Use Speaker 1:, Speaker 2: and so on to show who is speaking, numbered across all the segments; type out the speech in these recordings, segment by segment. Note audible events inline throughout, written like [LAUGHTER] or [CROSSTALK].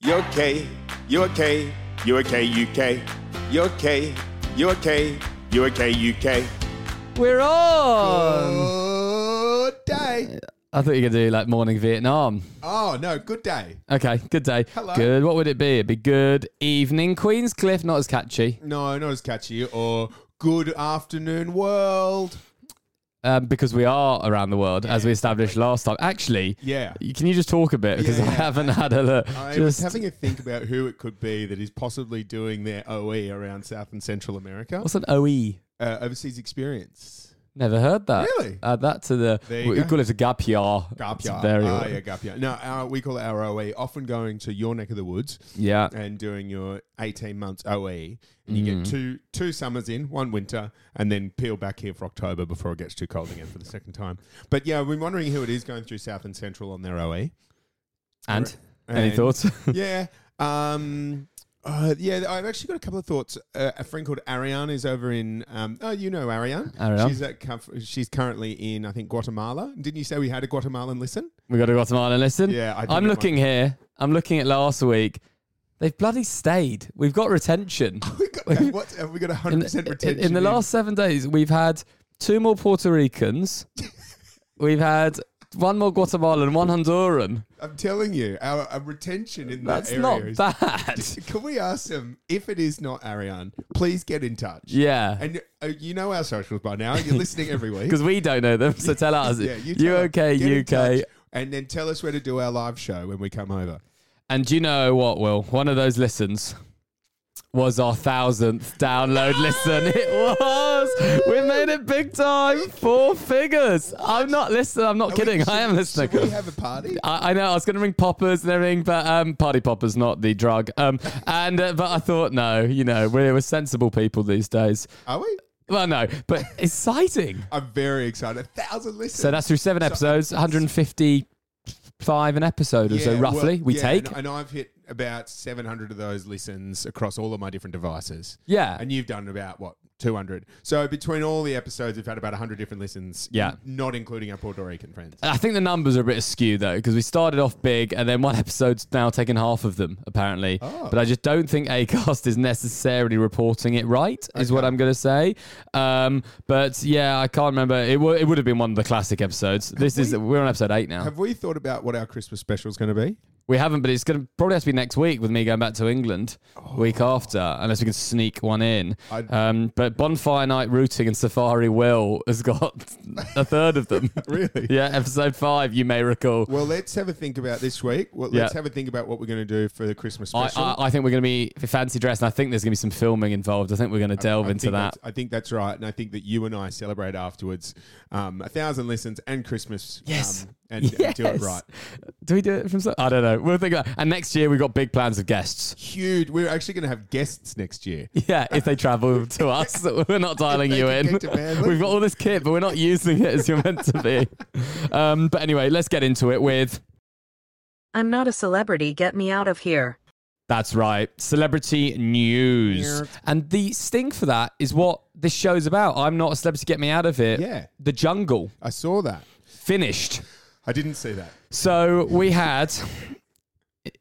Speaker 1: You're K, you're K, you're K, UK. You're K, you're K, you're K, UK.
Speaker 2: We're on.
Speaker 3: Good day.
Speaker 2: I thought you were gonna do like morning Vietnam.
Speaker 3: Oh no, good day.
Speaker 2: Okay, good day.
Speaker 3: Hello.
Speaker 2: Good. What would it be? It'd be good evening, Queenscliff. Not as catchy
Speaker 3: No, not as catchy. Or good afternoon, world.
Speaker 2: um, because we are around the world as we established last time. Actually,
Speaker 3: Yeah.
Speaker 2: y- Can you just talk a bit because
Speaker 3: Yeah,
Speaker 2: I
Speaker 3: yeah.
Speaker 2: haven't had a look.
Speaker 3: I was
Speaker 2: just
Speaker 3: having a think about who it could be that is possibly doing their OE around South and Central America.
Speaker 2: what's an OE?
Speaker 3: Uh, overseas experience.
Speaker 2: Never heard that.
Speaker 3: Really?
Speaker 2: Add that to the.
Speaker 3: There you
Speaker 2: we
Speaker 3: go.
Speaker 2: call it a gap year.
Speaker 3: Gap
Speaker 2: It's
Speaker 3: year.
Speaker 2: Very
Speaker 3: Ah,
Speaker 2: well.
Speaker 3: yeah, gap year. No, our, we call it our OE. Often going to your neck of the woods
Speaker 2: yeah.
Speaker 3: and doing your 18 months OE. And you
Speaker 2: Mm-hmm.
Speaker 3: get two two summers in, one winter, and then peel back here for October before it gets too cold again for the second time. But yeah, we're wondering who it is going through South and Central on their E. OE.
Speaker 2: And
Speaker 3: And-
Speaker 2: any thoughts? [LAUGHS]
Speaker 3: yeah. Um, uh, yeah, I've actually got a couple of thoughts. Uh, a friend called Ariane is over in. Um, oh, you know Ariane.
Speaker 2: Ariane.
Speaker 3: She's at, Cuf- she's currently in, I think, Guatemala. Didn't you say we had a Guatemalan listen?
Speaker 2: we got to Guatemala listen.
Speaker 3: Yeah, I did
Speaker 2: I'm
Speaker 3: it
Speaker 2: looking here. I'm looking at last week. They've bloody stayed. We've got
Speaker 3: [LAUGHS]
Speaker 2: retention.
Speaker 3: We got, what have we got?
Speaker 2: in,
Speaker 3: hundred
Speaker 2: in-
Speaker 3: percent
Speaker 2: in
Speaker 3: retention.
Speaker 2: the last seven days, we've had two more Puerto
Speaker 3: [LAUGHS]
Speaker 2: Ricans. we've had one more Guatemalan, one Honduran.
Speaker 3: I'm telling you, our, our retention in
Speaker 2: That's
Speaker 3: that
Speaker 2: not
Speaker 3: area. is-
Speaker 2: bad.
Speaker 3: [LAUGHS] Can we ask them if it is not Ariane? Please get in touch.
Speaker 2: yeah.
Speaker 3: And uh, you know our socials by now. You're listening
Speaker 2: [LAUGHS]
Speaker 3: every week.
Speaker 2: Because we don't know them,
Speaker 3: [LAUGHS]
Speaker 2: so tell us.
Speaker 3: yeah, you tell us.
Speaker 2: UK,
Speaker 3: Get in
Speaker 2: UK.
Speaker 3: touch and then tell us where to do our live show when we come over.
Speaker 2: And you know what, Will? One of those listens was our thousandth download listen. It was. We made it big time. Four figures. I'm not listening. I'm not kidding. I am listening.
Speaker 3: Should we have a party?
Speaker 2: I, I know I was going to ring poppers and everything, but um, party poppers, not the drug. Um, and uh, but I thought, no, you know, we're, we're sensible people these days.
Speaker 3: Are we?
Speaker 2: Well, no, but exciting.
Speaker 3: I'm very excited. A thousand listeners.
Speaker 2: So that's through seven episodes, 155 an episode or so,
Speaker 3: Yeah, well,
Speaker 2: roughly. we
Speaker 3: yeah,
Speaker 2: take.
Speaker 3: And, and I've hit about 700 of those listens across all of my different devices.
Speaker 2: Yeah.
Speaker 3: And you've done about, what, 200? So between all the episodes, we've had about 100 different listens.
Speaker 2: Yeah.
Speaker 3: Not including our Puerto Rican friends.
Speaker 2: I think the numbers are a bit askew though, because we started off big and then one [LAUGHS] episode's now taken half of them, apparently.
Speaker 3: Oh.
Speaker 2: But I just don't think ACAST [LAUGHS] is necessarily reporting it right, is what I'm going to say. Um, but yeah, I can't remember. It, w- it would have been one of the classic episodes. This is, we're on episode eight now.
Speaker 3: Have we thought about what our Christmas special is going
Speaker 2: [LAUGHS]
Speaker 3: to be?
Speaker 2: we haven't, but it's going to probably have to be next week with me going back to England week after, unless we can sneak one in.
Speaker 3: Oh. I'd-
Speaker 2: Um, but Bonfire Night Routing and Safari Will has got [LAUGHS] a third of
Speaker 3: [LAUGHS]
Speaker 2: them.
Speaker 3: Really?
Speaker 2: yeah, episode five, you may recall.
Speaker 3: Well, let's have a think about this week. Well, let's
Speaker 2: Yeah.
Speaker 3: have a think about what we're going to do for the Christmas
Speaker 2: I,
Speaker 3: special.
Speaker 2: I, I think we're going to be fancy dress, and I think there's going to be some filming involved. I think we're going to delve
Speaker 3: I
Speaker 2: into
Speaker 3: think
Speaker 2: that.
Speaker 3: that's- I think that's right, and I think that you and I celebrate afterwards um, a thousand listens and Christmas.
Speaker 2: Yes.
Speaker 3: um, and, and do it
Speaker 2: Yes.
Speaker 3: right.
Speaker 2: Do we do it from? so- I don't know. We'll think about. And next year we've got big plans of guests.
Speaker 3: Huge. We're actually going to have guests next year.
Speaker 2: Yeah, if they
Speaker 3: [LAUGHS]
Speaker 2: travel to us, we're not dialing
Speaker 3: they
Speaker 2: you
Speaker 3: can
Speaker 2: in.
Speaker 3: get to Manly.
Speaker 2: We've got all this kit, but we're not using it as you're meant to be. Um, but anyway, let's get into it with.
Speaker 4: I'm not a celebrity, get me out of here.
Speaker 2: That's right. Celebrity news.
Speaker 3: Yeah.
Speaker 2: And the sting for that is what this show's about. I'm not a celebrity, get me out of here.
Speaker 3: Yeah.
Speaker 2: The jungle.
Speaker 3: I saw that.
Speaker 2: Finished.
Speaker 3: I didn't see that.
Speaker 2: So we had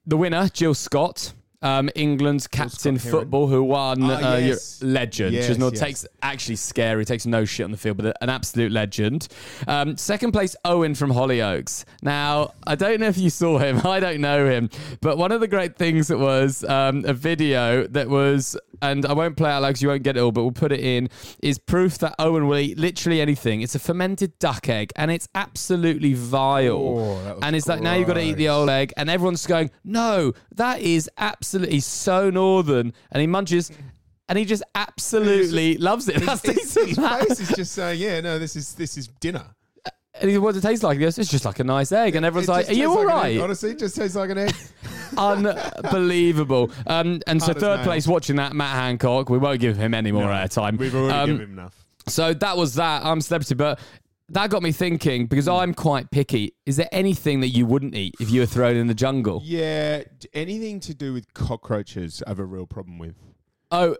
Speaker 2: the winner, Jill Scott, um, England's captain
Speaker 3: Scott-Heron.
Speaker 2: football, who won
Speaker 3: Ah,
Speaker 2: uh, Euro-
Speaker 3: yes.
Speaker 2: legend.
Speaker 3: Yes,
Speaker 2: She's not
Speaker 3: yes.
Speaker 2: takes actually scary, takes no shit on the field, but an absolute legend. Um, second place, Owen from Hollyoaks. Now I don't know if you saw him, [LAUGHS] I don't know him, but one of the great things that was um, a video that was, and I won't play it out loud 'cause you won't get it all, but we'll put it in. Is proof that Owen will eat literally anything. It's a fermented duck egg, and it's absolutely vile
Speaker 3: Oh, that was
Speaker 2: and it's like now you've got to eat the old egg, and everyone's going, "No, that is absolutely so northern." And he munches, and he just absolutely loves it. That's
Speaker 3: His,
Speaker 2: decent,
Speaker 3: his
Speaker 2: that.
Speaker 3: face is just saying, "Yeah, no, this is this is dinner."
Speaker 2: And he what does it taste like? He goes, "It's just like a nice egg." And everyone's
Speaker 3: It
Speaker 2: like,
Speaker 3: just
Speaker 2: "Are you
Speaker 3: tastes
Speaker 2: all
Speaker 3: like an egg.
Speaker 2: right?"
Speaker 3: Honestly, it just tastes like
Speaker 2: [LAUGHS]
Speaker 3: an egg.
Speaker 2: Unbelievable. Um, and so
Speaker 3: Hard as
Speaker 2: third
Speaker 3: nails.
Speaker 2: place watching that, Matt Hancock. We won't give him any more airtime.
Speaker 3: We've already
Speaker 2: Um,
Speaker 3: given him enough.
Speaker 2: So that was that. I'm celebrity, but that got me thinking because
Speaker 3: Hmm.
Speaker 2: I'm quite picky. Is there anything that you wouldn't eat if you were thrown in the jungle?
Speaker 3: Yeah, d- anything to do with cockroaches, I have a real problem with.
Speaker 2: Oh,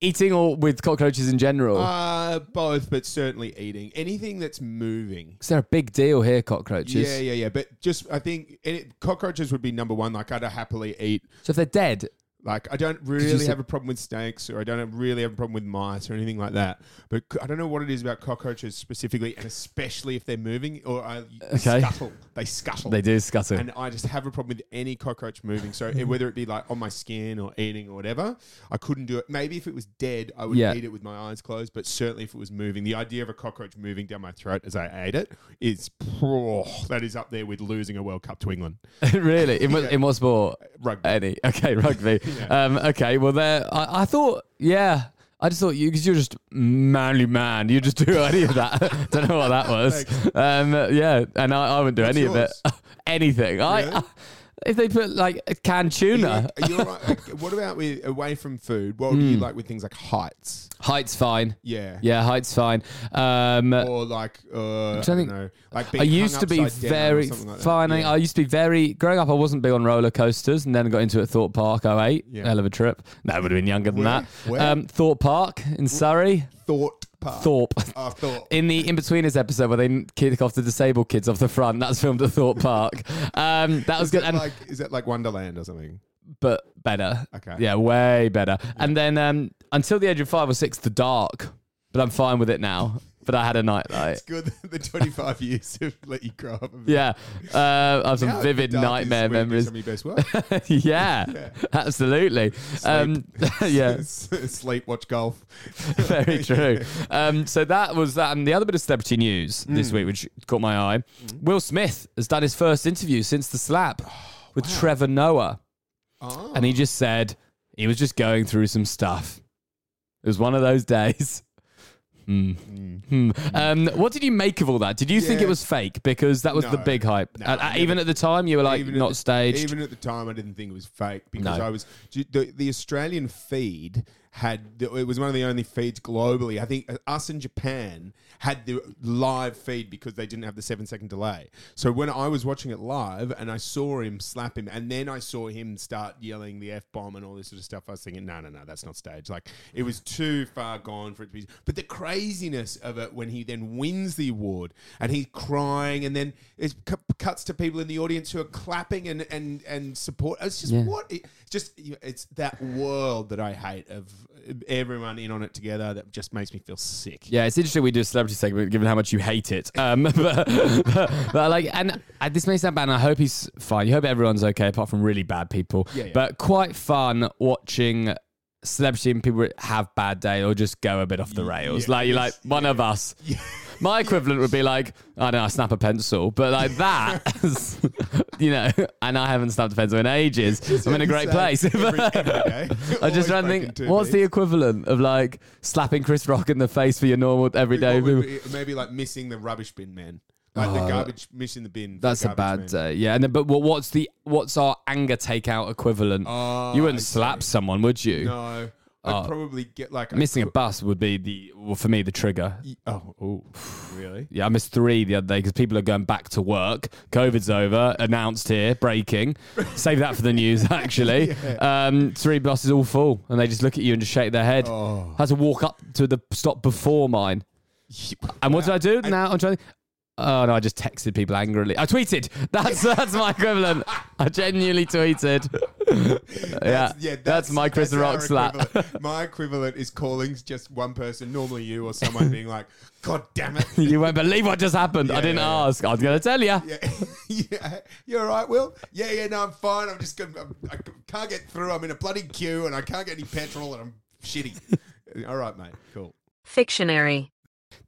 Speaker 2: Eating or with cockroaches in general?
Speaker 3: Uh, both, but certainly eating anything that's moving.
Speaker 2: 'Cause they're a big deal here, cockroaches.
Speaker 3: Yeah, yeah, yeah. But just I think it, cockroaches would be number one. Like I'd happily eat.
Speaker 2: So if they're dead,
Speaker 3: Like I don't
Speaker 2: you
Speaker 3: really
Speaker 2: say-
Speaker 3: have a problem with snakes, or I don't have- really have a problem with mice or anything like that. But c- I don't know what it is about cockroaches specifically, and especially if they're moving or I,
Speaker 2: Okay.
Speaker 3: scuttle. They scuttle.
Speaker 2: they do scuttle.
Speaker 3: And I just have a problem with any cockroach moving. So eh, whether it be like on my skin or eating or whatever, I couldn't do it. Maybe if it was dead, I would
Speaker 2: Yeah.
Speaker 3: eat it with my eyes closed. But certainly if it was moving, the idea of a cockroach moving down my throat as I ate it is oh, that is up there with losing a World Cup to
Speaker 2: [LAUGHS]
Speaker 3: England
Speaker 2: really? In, what in what sport?
Speaker 3: Uh, rugby.
Speaker 2: Any? Okay,
Speaker 3: [LAUGHS]
Speaker 2: rugby. um, okay, well, there. I, I thought, yeah. I just thought you, because you're just manly man. You just do [LAUGHS] any of that. Don't know what that was. Um, yeah, and I, I wouldn't do any
Speaker 3: yours?
Speaker 2: of it. [LAUGHS] Anything. I,
Speaker 3: Really?
Speaker 2: [LAUGHS] if they put like a canned tuna,
Speaker 3: Are you all right? Like, What about with away from food? What would you like with things like heights?
Speaker 2: height's fine.
Speaker 3: Yeah.
Speaker 2: Hmm. Yeah, height's fine. Um,
Speaker 3: Or like, uh, I
Speaker 2: trying to
Speaker 3: don't
Speaker 2: think-
Speaker 3: know, like being
Speaker 2: I used
Speaker 3: hung
Speaker 2: to be
Speaker 3: upside down or
Speaker 2: very
Speaker 3: something like that.
Speaker 2: fine.
Speaker 3: Yeah.
Speaker 2: I used to be very growing up. I wasn't big on roller coasters, and then got into it at Thorpe Park. 08.
Speaker 3: Yeah.
Speaker 2: hell of a trip. No, I would have been younger than
Speaker 3: Where?
Speaker 2: that.
Speaker 3: Where?
Speaker 2: Um, Thorpe Park in Surrey.
Speaker 3: thought part.
Speaker 2: Thorpe. [LAUGHS]
Speaker 3: Oh, thought.
Speaker 2: In the in betweeners episode where they kick off the disabled kids off the front, that's filmed at Thorpe Park. Um, that was
Speaker 3: Is
Speaker 2: good,
Speaker 3: that
Speaker 2: and,
Speaker 3: like, is that like Wonderland or something?
Speaker 2: but better.
Speaker 3: Okay.
Speaker 2: Yeah, way better. And then um, until the age of five or six, the dark. But I'm fine with it now. But I had a nightlight.
Speaker 3: It's good that the 25 [LAUGHS] years have let you grow up. A bit.
Speaker 2: Yeah, uh, I have some
Speaker 3: Now,
Speaker 2: vivid
Speaker 3: dark is
Speaker 2: nightmare
Speaker 3: when you do
Speaker 2: memories.
Speaker 3: Some of your best work.
Speaker 2: yeah, absolutely. [LAUGHS] Um, [LAUGHS]
Speaker 3: [LAUGHS]
Speaker 2: yeah,
Speaker 3: Sleep, watch golf.
Speaker 2: very true. Um, so that was that. And the other bit of celebrity news
Speaker 3: Mm.
Speaker 2: this week, which caught my eye Will Smith has done his first interview since the slap with Trevor Noah.
Speaker 3: Oh.
Speaker 2: And he just said he was just going through some stuff. It was one of those days. [LAUGHS] Hmm. Hmm. Um, what did you make of all that? Did you think it
Speaker 3: Mm. Yeah.
Speaker 2: was fake? Because that was the
Speaker 3: No.
Speaker 2: big hype.
Speaker 3: No,
Speaker 2: Uh,
Speaker 3: I
Speaker 2: even at the time, you were like,
Speaker 3: at
Speaker 2: not
Speaker 3: the-
Speaker 2: staged.
Speaker 3: Even at the time, I didn't think it was fake because
Speaker 2: No.
Speaker 3: I was the, the Australian feed had the, it was one of the only feeds globally. I think uh, us in Japan had the live feed because they didn't have the seven second delay. So when I was watching it live and I saw him slap him, and then I saw him start yelling the f bomb and all this sort of stuff, I was thinking, no, no, no, that's not staged. Like it was too far gone for it to be. But the craziness of it when he then wins the award and he's crying, and then it cu- cuts to people in the audience who are clapping and and and support. It's just what it, just you- it's that world that I hate of everyone in on it together that just makes me feel sick.
Speaker 2: Yeah, it's interesting we do a celebrity segment given how much you hate it. Um, [LAUGHS] but, but, but, like, and uh, this may sound bad, and I hope he's fine. You hope everyone's okay, apart from really bad people.
Speaker 3: Yeah, yeah.
Speaker 2: But quite fun watching celebrity and people have bad day or just go a bit off the rails.
Speaker 3: yeah,
Speaker 2: like you're like
Speaker 3: yes,
Speaker 2: one of
Speaker 3: [LAUGHS]
Speaker 2: us. My equivalent would be like, I don't know, I snap a pencil, but like
Speaker 3: [LAUGHS]
Speaker 2: that, you know, and I haven't snapped a pencil in ages. I'm in a great place. [LAUGHS]
Speaker 3: Every- every
Speaker 2: I
Speaker 3: day.
Speaker 2: just
Speaker 3: Always
Speaker 2: trying to think,
Speaker 3: broken two
Speaker 2: what's the
Speaker 3: days.
Speaker 2: equivalent of like slapping Chris Rock in the face for your normal everyday?
Speaker 3: What would
Speaker 2: people?
Speaker 3: be- maybe like missing the rubbish bin man, like the garbage missing the bin. for the
Speaker 2: Oh, That's a
Speaker 3: garbage
Speaker 2: bad
Speaker 3: man.
Speaker 2: day, yeah. And then, but what, what's the what's our anger takeout equivalent? you wouldn't slap someone, would you?
Speaker 3: Ah,
Speaker 2: [LAUGHS]
Speaker 3: No, I'd probably get like a-
Speaker 2: Uh, Missing a bus would be the well, for me the trigger.
Speaker 3: Oh, oh, really?
Speaker 2: Yeah, I missed three the other day because people are going back to work. COVID's over, announced here,
Speaker 3: [LAUGHS]
Speaker 2: breaking. Save that for the news, actually. um, three buses all full, and they just look at you and just shake their head.
Speaker 3: Oh.
Speaker 2: had to walk up to the stop before mine. [LAUGHS] And what did I do? now I'm trying. Oh no! I just texted people angrily. I tweeted. [LAUGHS] That's that's my equivalent. I genuinely tweeted. yeah,
Speaker 3: That's-
Speaker 2: yeah, that's, my Chris
Speaker 3: that's
Speaker 2: Rock
Speaker 3: our
Speaker 2: slap.
Speaker 3: equivalent. my equivalent is calling just one person, normally you or someone, being like, "God damn it."
Speaker 2: [LAUGHS] [LAUGHS] you won't believe what just happened. I
Speaker 3: Yeah,
Speaker 2: didn't
Speaker 3: yeah, yeah.
Speaker 2: ask. I was gonna tell you.
Speaker 3: [LAUGHS] Yeah, [LAUGHS] yeah. You all right, Will? Yeah, yeah. No, I'm fine. I'm just gonna. I'm, I can't get through. I'm in a bloody queue, and I can't get any petrol, and I'm shitty.
Speaker 2: [LAUGHS]
Speaker 3: all right, mate. Cool.
Speaker 4: Fictionary.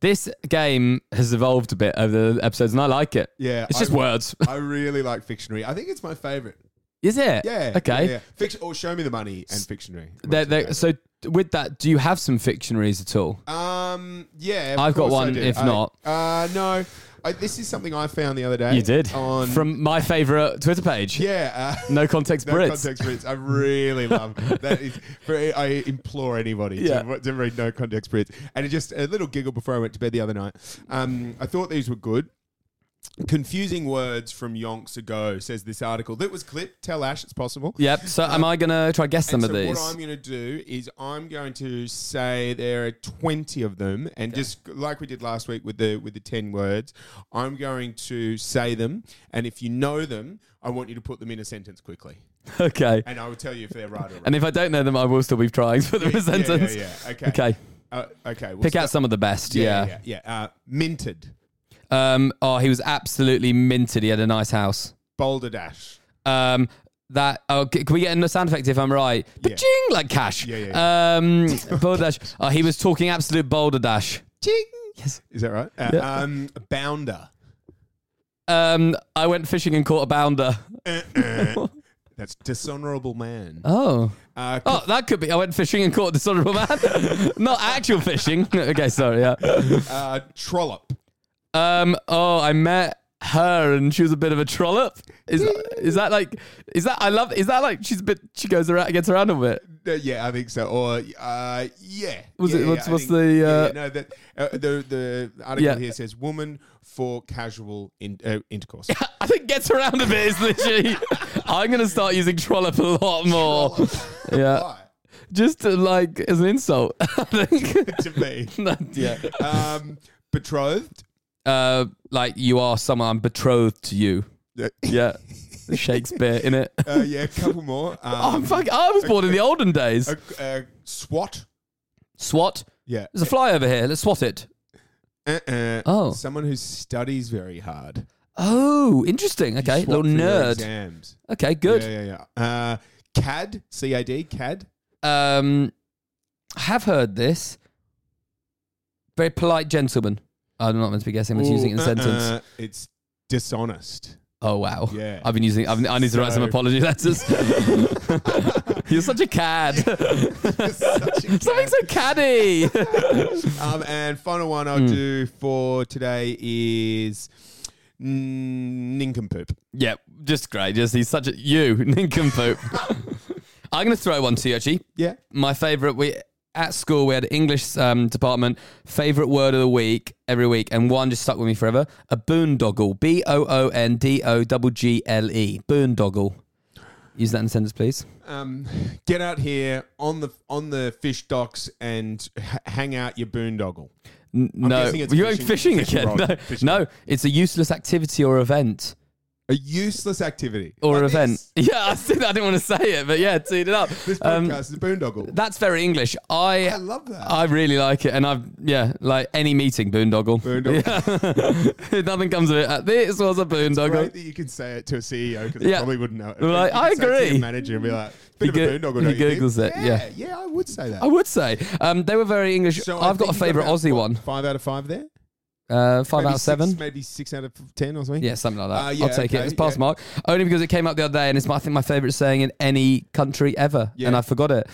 Speaker 2: This game has evolved a bit over the episodes, and I like it.
Speaker 3: Yeah,
Speaker 2: it's just
Speaker 3: I-
Speaker 2: words. [LAUGHS]
Speaker 3: I really like Fictionary. I think it's my favorite.
Speaker 2: Is it?
Speaker 3: Yeah.
Speaker 2: Okay.
Speaker 3: Yeah, yeah. Fiction or Show Me the Money and Fictionary.
Speaker 2: They're- they're- so with that, do you have some fictionaries at all?
Speaker 3: Um. Yeah. of
Speaker 2: I've got
Speaker 3: course I
Speaker 2: one,
Speaker 3: do.
Speaker 2: if
Speaker 3: I-
Speaker 2: not.
Speaker 3: uh, no. I, this is something I found the other day.
Speaker 2: you did
Speaker 3: Uh, on
Speaker 2: from my favorite Twitter page.
Speaker 3: [LAUGHS] yeah. [LAUGHS] Uh,
Speaker 2: No context
Speaker 3: No
Speaker 2: Brits.
Speaker 3: context Brits. I
Speaker 2: [LAUGHS]
Speaker 3: really love that. Is, for, I implore anybody
Speaker 2: Yeah.
Speaker 3: to, to read No Context Brits. And it just a little giggle before I went to bed the other night. Um, I thought these were good. Confusing words from yonks ago, says this article. That was clipped. Tell Ash it's possible.
Speaker 2: Yep. So am I gonna try guess some
Speaker 3: Uh, And
Speaker 2: of
Speaker 3: so
Speaker 2: these?
Speaker 3: What I'm going to do is I'm going to say there are 20 of them, and just like we did last week with the with the 10 words, I'm going to say them, and if you know them, I want you to put them in a sentence quickly,
Speaker 2: okay.
Speaker 3: and I will tell you if they're right or wrong.
Speaker 2: [LAUGHS] And if I don't know them, I will still be trying for them in a
Speaker 3: Yeah, yeah,
Speaker 2: sentence.
Speaker 3: yeah, Okay.
Speaker 2: Okay.
Speaker 3: Uh, okay. We'll
Speaker 2: Pick
Speaker 3: start-
Speaker 2: out some of the best. Yeah.
Speaker 3: Yeah. yeah, yeah. Uh, minted.
Speaker 2: Um. Oh, he was absolutely minted. He had a nice house.
Speaker 3: Boulder Dash.
Speaker 2: Um. That. Oh, c- can we get a sound effect if I'm right?
Speaker 3: Yeah.
Speaker 2: Ba-ching, like cash.
Speaker 3: Yeah, yeah,
Speaker 2: Um.
Speaker 3: [LAUGHS]
Speaker 2: Boulder dash. Oh, he was talking absolute boulder dash.
Speaker 3: Ching.
Speaker 2: Yes.
Speaker 3: Is that right? Uh, um,
Speaker 2: [LAUGHS]
Speaker 3: bounder.
Speaker 2: Um. I went fishing and caught a
Speaker 3: [LAUGHS]
Speaker 2: bounder.
Speaker 3: That's dishonorable man.
Speaker 2: Oh.
Speaker 3: Uh,
Speaker 2: Oh, that could be. I went fishing and caught a dishonorable man. [LAUGHS] Not actual fishing. [LAUGHS] okay, sorry. Yeah.
Speaker 3: uh, trollop.
Speaker 2: Um. Oh, I met her and she was a bit of a trollop. [LAUGHS] Is is that like? Is that I love? Is that like she's a bit? She goes around, gets around a bit.
Speaker 3: Uh, yeah, I think so. Or uh, yeah,
Speaker 2: Was
Speaker 3: Yeah,
Speaker 2: it-
Speaker 3: yeah,
Speaker 2: what's-
Speaker 3: I
Speaker 2: what's
Speaker 3: think-
Speaker 2: the,
Speaker 3: yeah,
Speaker 2: uh,
Speaker 3: yeah, no, that uh, the the article
Speaker 2: Yeah.
Speaker 3: here says woman for casual in, uh,
Speaker 2: [LAUGHS]
Speaker 3: intercourse.
Speaker 2: I think gets around a bit is literally. [LAUGHS] I'm gonna start using trollop a lot more. Oh. [LAUGHS] Yeah,
Speaker 3: Why?
Speaker 2: just to, like as an insult. [LAUGHS] I think.
Speaker 3: to me,
Speaker 2: [LAUGHS] yeah.
Speaker 3: um, betrothed.
Speaker 2: Uh, like you are someone I'm betrothed to you.
Speaker 3: Uh,
Speaker 2: Yeah. [LAUGHS] Shakespeare in it.
Speaker 3: [LAUGHS] uh, yeah, a couple more. Um,
Speaker 2: [LAUGHS] Oh, fuck, I was born in the olden days.
Speaker 3: a, uh, SWAT.
Speaker 2: SWAT.
Speaker 3: Yeah.
Speaker 2: There's a fly over here. Let's swat it.
Speaker 3: Uh-uh.
Speaker 2: Oh.
Speaker 3: someone who studies very hard.
Speaker 2: Oh, interesting. Okay,
Speaker 3: SWAT
Speaker 2: little
Speaker 3: for your
Speaker 2: nerd.
Speaker 3: Exams.
Speaker 2: Okay, good.
Speaker 3: Yeah, yeah, yeah. Uh, CAD. C A D. CAD.
Speaker 2: Um, I have heard this. Very polite gentleman. I'm not meant to be guessing. I'm just using it in a
Speaker 3: Ooh,
Speaker 2: sentence.
Speaker 3: uh-uh. It's dishonest.
Speaker 2: Oh wow.
Speaker 3: Yeah.
Speaker 2: I've been using. I've, I need to write some
Speaker 3: So-
Speaker 2: apology letters. [LAUGHS] You're such a
Speaker 3: [LAUGHS]
Speaker 2: cad.
Speaker 3: Such a
Speaker 2: Something
Speaker 3: cad.
Speaker 2: so caddy. [LAUGHS]
Speaker 3: Um, and final one
Speaker 2: Hmm.
Speaker 3: I'll do for today is mm, nincompoop.
Speaker 2: yeah, just great. Just he's such a you [LAUGHS]
Speaker 3: [LAUGHS]
Speaker 2: nincompoop. I'm gonna throw one to you actually.
Speaker 3: Yeah.
Speaker 2: my favorite we at school we had english um, department favorite word of the week every week and one just stuck with me forever a boondoggle b-o-o-n-d-o-g-g-l-e E, boondoggle use that in a sentence please
Speaker 3: Um, get out here on the on the fish docks and h- hang out your boondoggle.
Speaker 2: N- no
Speaker 3: guessing it's
Speaker 2: you're going fishing,
Speaker 3: fishing- fishing
Speaker 2: again
Speaker 3: rod.
Speaker 2: no,
Speaker 3: Fishing
Speaker 2: no
Speaker 3: rod.
Speaker 2: it's a useless activity or event
Speaker 3: A useless activity
Speaker 2: or
Speaker 3: Like
Speaker 2: event
Speaker 3: This,
Speaker 2: [LAUGHS] yeah I, think, I didn't want to say it but yeah tune it up
Speaker 3: this podcast
Speaker 2: Um,
Speaker 3: is a boondoggle.
Speaker 2: that's very english i
Speaker 3: I love that.
Speaker 2: I really like it, and I've yeah, like any meeting, boondoggle.
Speaker 3: Boondoggle.
Speaker 2: [LAUGHS] Yeah. Nothing comes of it. Uh, This was a boondoggle.
Speaker 3: Great that you can say it to a CEO because
Speaker 2: Yeah.
Speaker 3: they probably wouldn't know it.
Speaker 2: Well, I-
Speaker 3: You can
Speaker 2: I
Speaker 3: say it to your
Speaker 2: agree.
Speaker 3: manager and be like, bit
Speaker 2: He
Speaker 3: of a
Speaker 2: go-
Speaker 3: boondoggle.
Speaker 2: he
Speaker 3: don't you
Speaker 2: Googles
Speaker 3: think?
Speaker 2: it, yeah.
Speaker 3: yeah, I would say that.
Speaker 2: I would say um, they were very English.
Speaker 3: So I
Speaker 2: I've got a
Speaker 3: think you've
Speaker 2: favourite
Speaker 3: about,
Speaker 2: Aussie
Speaker 3: what,
Speaker 2: one.
Speaker 3: Five out of five there.
Speaker 2: Uh, five
Speaker 3: Maybe
Speaker 2: out of seven.
Speaker 3: six- maybe six out of ten or something.
Speaker 2: yeah, something like that.
Speaker 3: Uh, yeah,
Speaker 2: I'll take it.
Speaker 3: okay,
Speaker 2: It's past
Speaker 3: yeah.
Speaker 2: mark. Only because it came up the other day, and it's my, I think my favourite saying in any country ever,
Speaker 3: Yeah.
Speaker 2: and I forgot it.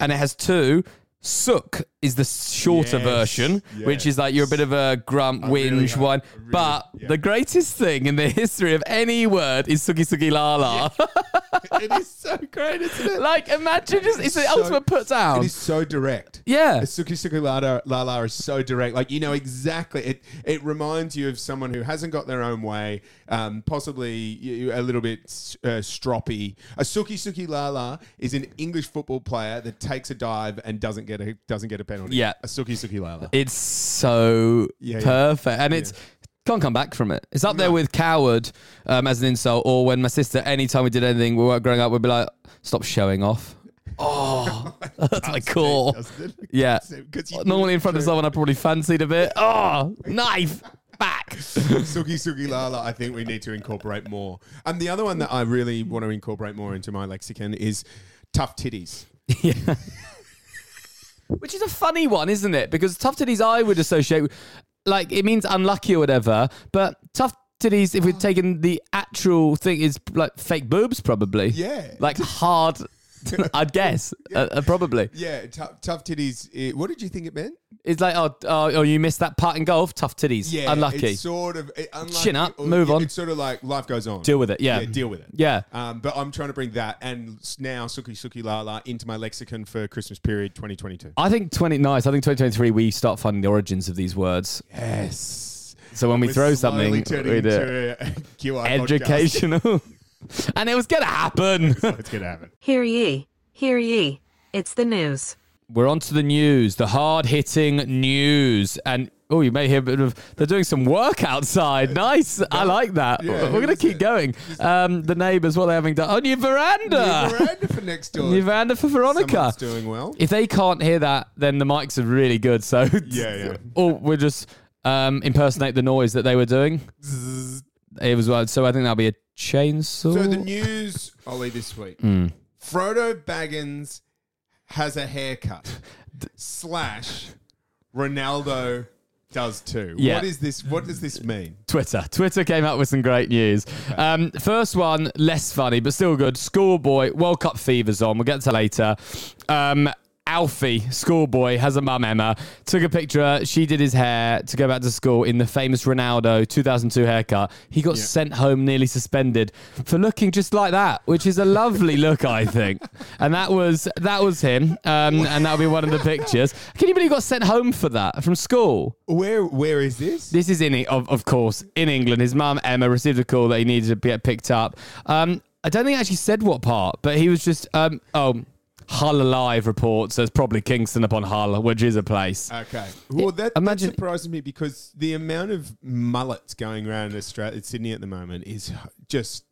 Speaker 2: And it has two. Sook is the shorter
Speaker 3: Yes,
Speaker 2: version, which
Speaker 3: yes.
Speaker 2: is like you're a bit of a grump,
Speaker 3: really
Speaker 2: whinge
Speaker 3: am.
Speaker 2: one.
Speaker 3: I really-
Speaker 2: but
Speaker 3: yeah.
Speaker 2: the greatest thing in the [LAUGHS] history of any word is suki suki la la.
Speaker 3: [LAUGHS] it is so great, isn't it?
Speaker 2: like imagine just it's the
Speaker 3: So-
Speaker 2: ultimate put down.
Speaker 3: It is so direct.
Speaker 2: Um, Yeah.
Speaker 3: The Suki Suki Lala, Lala is so direct. Like, you know exactly. It it reminds you of someone who hasn't got their own way, um, possibly you- you- a little bit uh, stroppy. A Suki Suki Lala is an English football player that takes a dive and doesn't get a doesn't get a penalty.
Speaker 2: Yeah.
Speaker 3: A Suki Suki Lala.
Speaker 2: It's so
Speaker 3: Yeah, yeah.
Speaker 2: perfect, and it's can't come back from it. It's up there with coward um, as an insult, or when my sister, anytime we did anything, we weren't growing up, we'd be like, "Stop showing
Speaker 3: [LAUGHS]
Speaker 2: off." Oh, that's my core.
Speaker 3: Doesn't it? [LAUGHS]
Speaker 2: Yeah.
Speaker 3: Because you-
Speaker 2: Normally in front of someone I probably fancied a bit.
Speaker 3: [LAUGHS]
Speaker 2: Oh, knife back.
Speaker 3: Suki Suki Lala, I think we need to incorporate more. And the other one that I really want to incorporate more into my lexicon is tough titties.
Speaker 2: Yeah. [LAUGHS] Which is a funny one, isn't it? Because tough titties I would associate with, like, it means unlucky or whatever, but tough titties, if we'd taken the actual thing, is like fake boobs, probably.
Speaker 3: Yeah.
Speaker 2: Like hard, [LAUGHS] I'd
Speaker 3: [LAUGHS]
Speaker 2: guess, uh, uh, probably.
Speaker 3: Yeah, tough, tough titties. eh, what did you think it meant?
Speaker 2: It's like, oh, oh, oh, you missed that part in golf, tough titties.
Speaker 3: Yeah,
Speaker 2: unlucky.
Speaker 3: It's sort of eh, unlucky,
Speaker 2: Chin up,
Speaker 3: or-
Speaker 2: move
Speaker 3: yeah,
Speaker 2: on.
Speaker 3: It's sort of like life goes on.
Speaker 2: Deal with it, yeah.
Speaker 3: yeah deal with it.
Speaker 2: Yeah.
Speaker 3: Um, but I'm trying to bring that and s- now Suki Suki Lala into my lexicon for Christmas period 2022.
Speaker 2: I think 20, nice. I think 2023, we start finding the origins of these words.
Speaker 3: Yes.
Speaker 2: So when we
Speaker 3: We're
Speaker 2: throw
Speaker 3: slowly
Speaker 2: something,
Speaker 3: turning
Speaker 2: we do it.
Speaker 3: into a [LAUGHS] QR podcast.
Speaker 2: educational.
Speaker 3: [LAUGHS]
Speaker 2: and it was going to happen.
Speaker 3: It's gonna happen.
Speaker 2: [LAUGHS]
Speaker 4: Hear ye, hear ye. It's the news.
Speaker 2: We're on to the news, the hard hitting news. And oh, you may hear a bit of, they're doing some work outside. Nice. I like that.
Speaker 3: Yeah,
Speaker 2: We're going to
Speaker 3: who's
Speaker 2: keep
Speaker 3: it?
Speaker 2: going. Um, the neighbours, what they're having done. Oh, new
Speaker 3: New
Speaker 2: veranda.
Speaker 3: veranda for next door.
Speaker 2: New veranda for Veronica.
Speaker 3: Someone's doing well.
Speaker 2: If they can't hear that, then the mics are really good. So, [LAUGHS]
Speaker 3: Yeah, yeah.
Speaker 2: Or we'll just um, impersonate the noise that they were doing. It was wild. So I think that'll be a chainsaw.
Speaker 3: So the news, Ollie, this week.
Speaker 2: Hmm.
Speaker 3: Frodo Baggins has a haircut. slash Ronaldo does too.
Speaker 2: Yeah.
Speaker 3: What is this? What does this mean?
Speaker 2: Twitter. Twitter came up with some great news. Um, first one, less funny, but still good. Schoolboy, World Cup fever's on. We'll get to that later. Um, Alfie, schoolboy, has a mum, Emma. Took a picture. She did his hair to go back to school in the famous Ronaldo 2002 haircut. He got sent home nearly suspended for looking just like that, which is a lovely look, I think. And that was that was him. Um, and that'll be one of the pictures. Can you believe he got sent home for that from school?
Speaker 3: Where Where is this?
Speaker 2: This is in of of course in England. His mum Emma received a call that he needed to get picked up. Um, I don't think he actually said what part, but he was just um, oh Hull Alive reports. There's probably Kingston upon Hull, which is a place.
Speaker 3: Okay. Well, that,
Speaker 2: Imagine-
Speaker 3: that surprises me because the amount of mullets going around Australia, Sydney at the moment is just.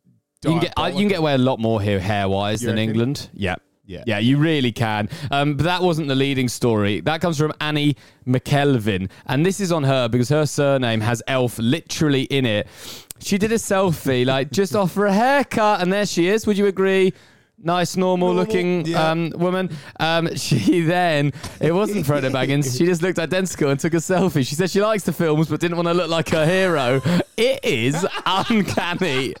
Speaker 2: You can, get, I, you can get away a lot more here hair wise
Speaker 3: You
Speaker 2: than
Speaker 3: reckon?
Speaker 2: England. Yeah.
Speaker 3: Yeah.
Speaker 2: Yeah, you really can. Um, but that wasn't the leading story. That comes from Annie McKelvin. And this is on her because her surname has elf literally in it. She did a selfie, like just off for a haircut. And there she is. Would you agree? Nice, normal,
Speaker 3: Normal,
Speaker 2: looking
Speaker 3: yeah.
Speaker 2: um, woman. Um, she then, it wasn't Frodo Baggins. She just looked identical and took a selfie. She said she likes the films but didn't want to look like her hero. It
Speaker 3: [LAUGHS]
Speaker 2: is uncanny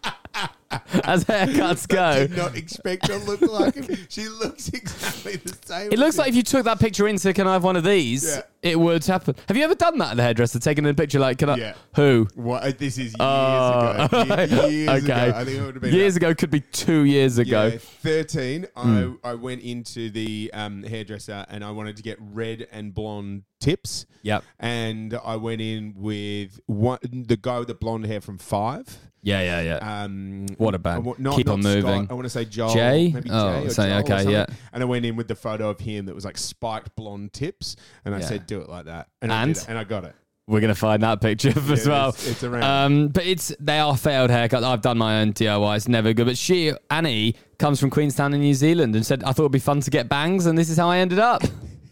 Speaker 2: as
Speaker 3: [LAUGHS]
Speaker 2: haircuts go. [LAUGHS]
Speaker 3: Did not expect to look like him. She looks exactly the same.
Speaker 2: It looks
Speaker 3: as
Speaker 2: like if
Speaker 3: him.
Speaker 2: you took that picture into "Can I have one of these?"
Speaker 3: Yeah.
Speaker 2: it would happen. Have you ever done that at the hairdresser, taking a picture like "Can I?"
Speaker 3: Yeah.
Speaker 2: Who?
Speaker 3: What, this is years
Speaker 2: Uh, [LAUGHS]
Speaker 3: ago. Ye- Years
Speaker 2: okay.
Speaker 3: ago. I think it would have been
Speaker 2: years ago could be two years ago. Hmm.
Speaker 3: Yeah, 13, I, I went into the um, hairdresser and I wanted to get red and blonde tips.
Speaker 2: Yep.
Speaker 3: And I went in with one, the guy with the blonde hair from Five.
Speaker 2: Yeah, yeah, yeah.
Speaker 3: Um,
Speaker 2: What a band.
Speaker 3: I wa- not-
Speaker 2: Keep
Speaker 3: not oh.
Speaker 2: on
Speaker 3: Scott,
Speaker 2: moving.
Speaker 3: I want to say Joel.
Speaker 2: Jay?
Speaker 3: Maybe
Speaker 2: Oh,
Speaker 3: Jay or
Speaker 2: so-
Speaker 3: Joel or
Speaker 2: okay,
Speaker 3: something.
Speaker 2: yeah.
Speaker 3: And I went in with the photo of him that was like spiked blonde tips. And I
Speaker 2: Yeah.
Speaker 3: said, do it like that. And, I
Speaker 2: And?
Speaker 3: did it, and I got it.
Speaker 2: We're gonna find that picture [LAUGHS] as well.
Speaker 3: it's- it's around.
Speaker 2: Um, but it's they are failed haircuts. I've done my own DIY. It's never good. But she Annie comes from Queenstown in New Zealand and said I thought it'd be fun to get bangs, and this is how I ended
Speaker 3: [LAUGHS]
Speaker 2: up.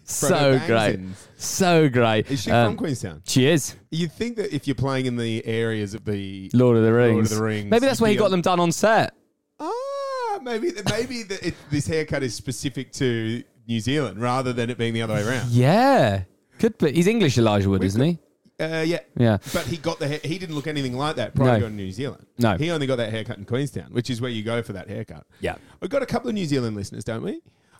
Speaker 2: so
Speaker 3: Frodo
Speaker 2: great,
Speaker 3: Bangsins.
Speaker 2: so great.
Speaker 3: Is she
Speaker 2: Um,
Speaker 3: from Queenstown?
Speaker 2: She is.
Speaker 3: You'd think that if you're playing in the areas of the
Speaker 2: Lord of the Rings.
Speaker 3: Lord of the Rings.
Speaker 2: Maybe that's
Speaker 3: you'd
Speaker 2: where he
Speaker 3: be
Speaker 2: got
Speaker 3: on-
Speaker 2: them done on set.
Speaker 3: Ah, maybe th- maybe the, it, this haircut is specific to New Zealand rather than it being the other way around.
Speaker 2: Yeah. Could be. He's English, Elijah Wood, isn't he?
Speaker 3: Uh, yeah,
Speaker 2: Yeah.
Speaker 3: But he got the ha- he didn't look anything like that prior to
Speaker 2: No.
Speaker 3: going to New Zealand.
Speaker 2: No.
Speaker 3: he only got that haircut in Queenstown, which is where you go for that haircut.
Speaker 2: Yeah.
Speaker 3: we've got a couple of New Zealand listeners, don't we?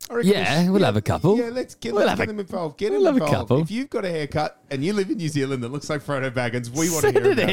Speaker 3: I reckon
Speaker 2: Yeah,
Speaker 3: should-
Speaker 2: we'll have a couple.
Speaker 3: Yeah, let's get,
Speaker 2: We'll
Speaker 3: let's
Speaker 2: have
Speaker 3: get
Speaker 2: a-
Speaker 3: them involved. Get
Speaker 2: we'll
Speaker 3: them
Speaker 2: have a
Speaker 3: involved.
Speaker 2: couple.
Speaker 3: If you've got a haircut and you live in New Zealand that looks like Frodo Baggins, we want
Speaker 2: Send
Speaker 3: to hear
Speaker 2: it
Speaker 3: about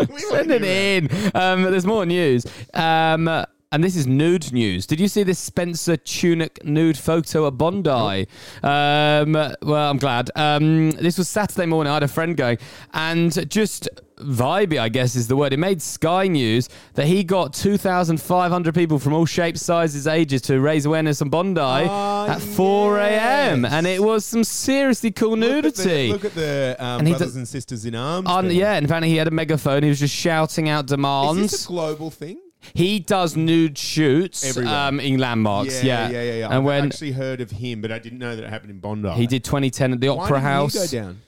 Speaker 2: in.
Speaker 3: [LAUGHS] We
Speaker 2: Send it
Speaker 3: wanna hear
Speaker 2: in. Um, there's more news. Um, uh, and this is nude news. Did you see this Spencer Tunic nude photo at Bondi? Um, well, I'm glad. Um, this was Saturday morning. I had a friend going and just vibey, I guess is the word. It made Sky News that he got 2,500 people from all shapes, sizes, ages to raise awareness on Bondi
Speaker 3: Ah,
Speaker 2: at 4 a.m.
Speaker 3: yes.
Speaker 2: And it was some seriously cool
Speaker 3: Look at the-
Speaker 2: nudity.
Speaker 3: Look at the, um,
Speaker 2: And he
Speaker 3: brothers
Speaker 2: d-
Speaker 3: and sisters in arms.
Speaker 2: On,
Speaker 3: there.
Speaker 2: yeah, and apparently he had a megaphone. He was just shouting out
Speaker 3: Is
Speaker 2: demands.
Speaker 3: this a global thing?
Speaker 2: he does nude shoots
Speaker 3: Everywhere.
Speaker 2: um, in landmarks. Yeah,
Speaker 3: yeah, yeah. yeah.
Speaker 2: And
Speaker 3: I've
Speaker 2: when
Speaker 3: actually heard of him, but I didn't know that it happened in Bondi.
Speaker 2: he did 2010 at the
Speaker 3: Why
Speaker 2: Opera
Speaker 3: didn't you
Speaker 2: House.
Speaker 3: go down?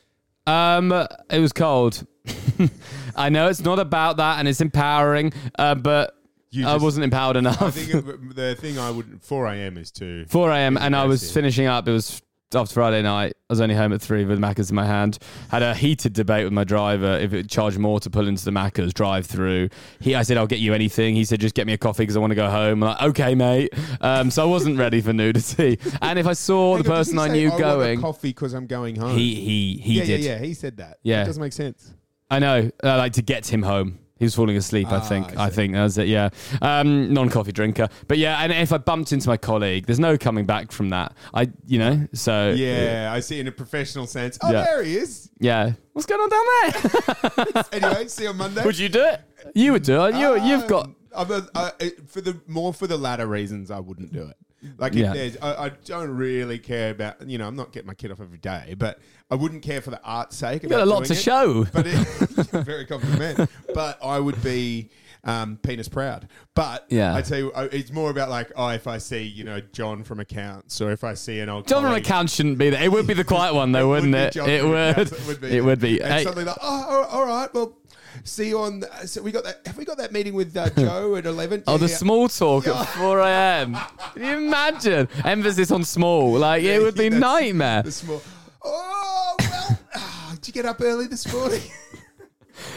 Speaker 2: Um, it was cold. [LAUGHS] I know it's not about that, and it's empowering, uh, but
Speaker 3: You
Speaker 2: I
Speaker 3: just-
Speaker 2: wasn't empowered enough.
Speaker 3: I think it- the thing I would 4 a.m. is to
Speaker 2: 4 a.m. and I was
Speaker 3: aggressive.
Speaker 2: finishing up. It was after Friday night. I was only home at three with Macca's in my hand. Had a heated debate with my driver if it would charge more to pull into the Macca's drive through. He, I said, I'll get you anything. He said, just get me a coffee because I want to go home. I'm like, okay, mate. Um, so I wasn't ready for nudity. And if I saw the
Speaker 3: Hang on, did he
Speaker 2: person I
Speaker 3: say,
Speaker 2: knew
Speaker 3: want a
Speaker 2: going,
Speaker 3: coffee because I'm going home.
Speaker 2: he he he
Speaker 3: yeah,
Speaker 2: did.
Speaker 3: yeah, yeah. He said that.
Speaker 2: Yeah.
Speaker 3: it doesn't make sense.
Speaker 2: I know. Uh, like to get him home. He was falling asleep,
Speaker 3: Ah,
Speaker 2: I think. I, think that was it, yeah. Um, non coffee drinker. But yeah, and if I bumped into my colleague, there's no coming back from that. I, you know, so.
Speaker 3: Yeah, I see in a professional sense. Oh,
Speaker 2: Yeah.
Speaker 3: there he is.
Speaker 2: Yeah. What's going on down there?
Speaker 3: Anyway, see you on
Speaker 2: [LAUGHS]
Speaker 3: Monday.
Speaker 2: would you do it? You would do it. You, [LAUGHS] you've
Speaker 3: Um,
Speaker 2: got.
Speaker 3: I'm a, I, I- for the more for the latter reasons, I wouldn't do it. Like if
Speaker 2: Yeah.
Speaker 3: there's, I, I don't really care about. You know, I'm not getting my kid off every day, but I wouldn't care for the art's sake. You
Speaker 2: got a lot to show. [LAUGHS]
Speaker 3: but it, [LAUGHS] very compliment. But I would be um, penis proud. But
Speaker 2: Yeah.
Speaker 3: I tell you, I- it's more about like, oh, if I see you know John from accounts, or if I see an old
Speaker 2: John from
Speaker 3: colleague-
Speaker 2: account shouldn't be there. It would be the quiet one,
Speaker 3: [LAUGHS]
Speaker 2: though,
Speaker 3: would
Speaker 2: wouldn't
Speaker 3: be
Speaker 2: it?
Speaker 3: John
Speaker 2: It
Speaker 3: from
Speaker 2: would. [LAUGHS]
Speaker 3: accounts, It would be.
Speaker 2: It would be.
Speaker 3: And
Speaker 2: Hey,
Speaker 3: suddenly like, oh, all all right, well, see you on. The, so we got that. Have we got that meeting with
Speaker 2: [LAUGHS]
Speaker 3: uh, Joe at eleven?
Speaker 2: Oh, the
Speaker 3: Yeah.
Speaker 2: small talk at 4 a.m. Can you imagine? Emphasis on small. Like, it would be
Speaker 3: That's-
Speaker 2: nightmare.
Speaker 3: The small. Oh well, [LAUGHS] ah, did you get up early this morning? [LAUGHS]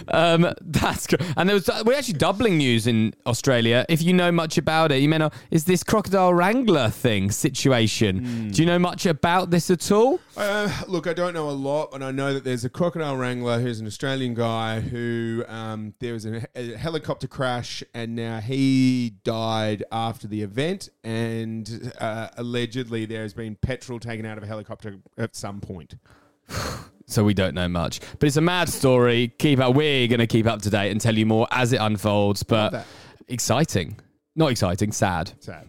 Speaker 2: Um, [LAUGHS] that's good. And there was uh, we're actually doubling news in Australia. If you know much about it, you may not. Is this crocodile wrangler thing situation?
Speaker 3: Hmm.
Speaker 2: Do you know much about this at all?
Speaker 3: Uh, look, I don't know a lot, but I know that there's a crocodile wrangler who's an Australian guy who um, there was a, a helicopter crash and now he died after the event. And uh, allegedly, there has been petrol taken out of a helicopter at some point.
Speaker 2: So we don't know much, but it's a mad story. Keep up. We're going to keep up to date and tell you more as it unfolds. But
Speaker 3: that.
Speaker 2: exciting, not exciting, sad.
Speaker 3: Sad.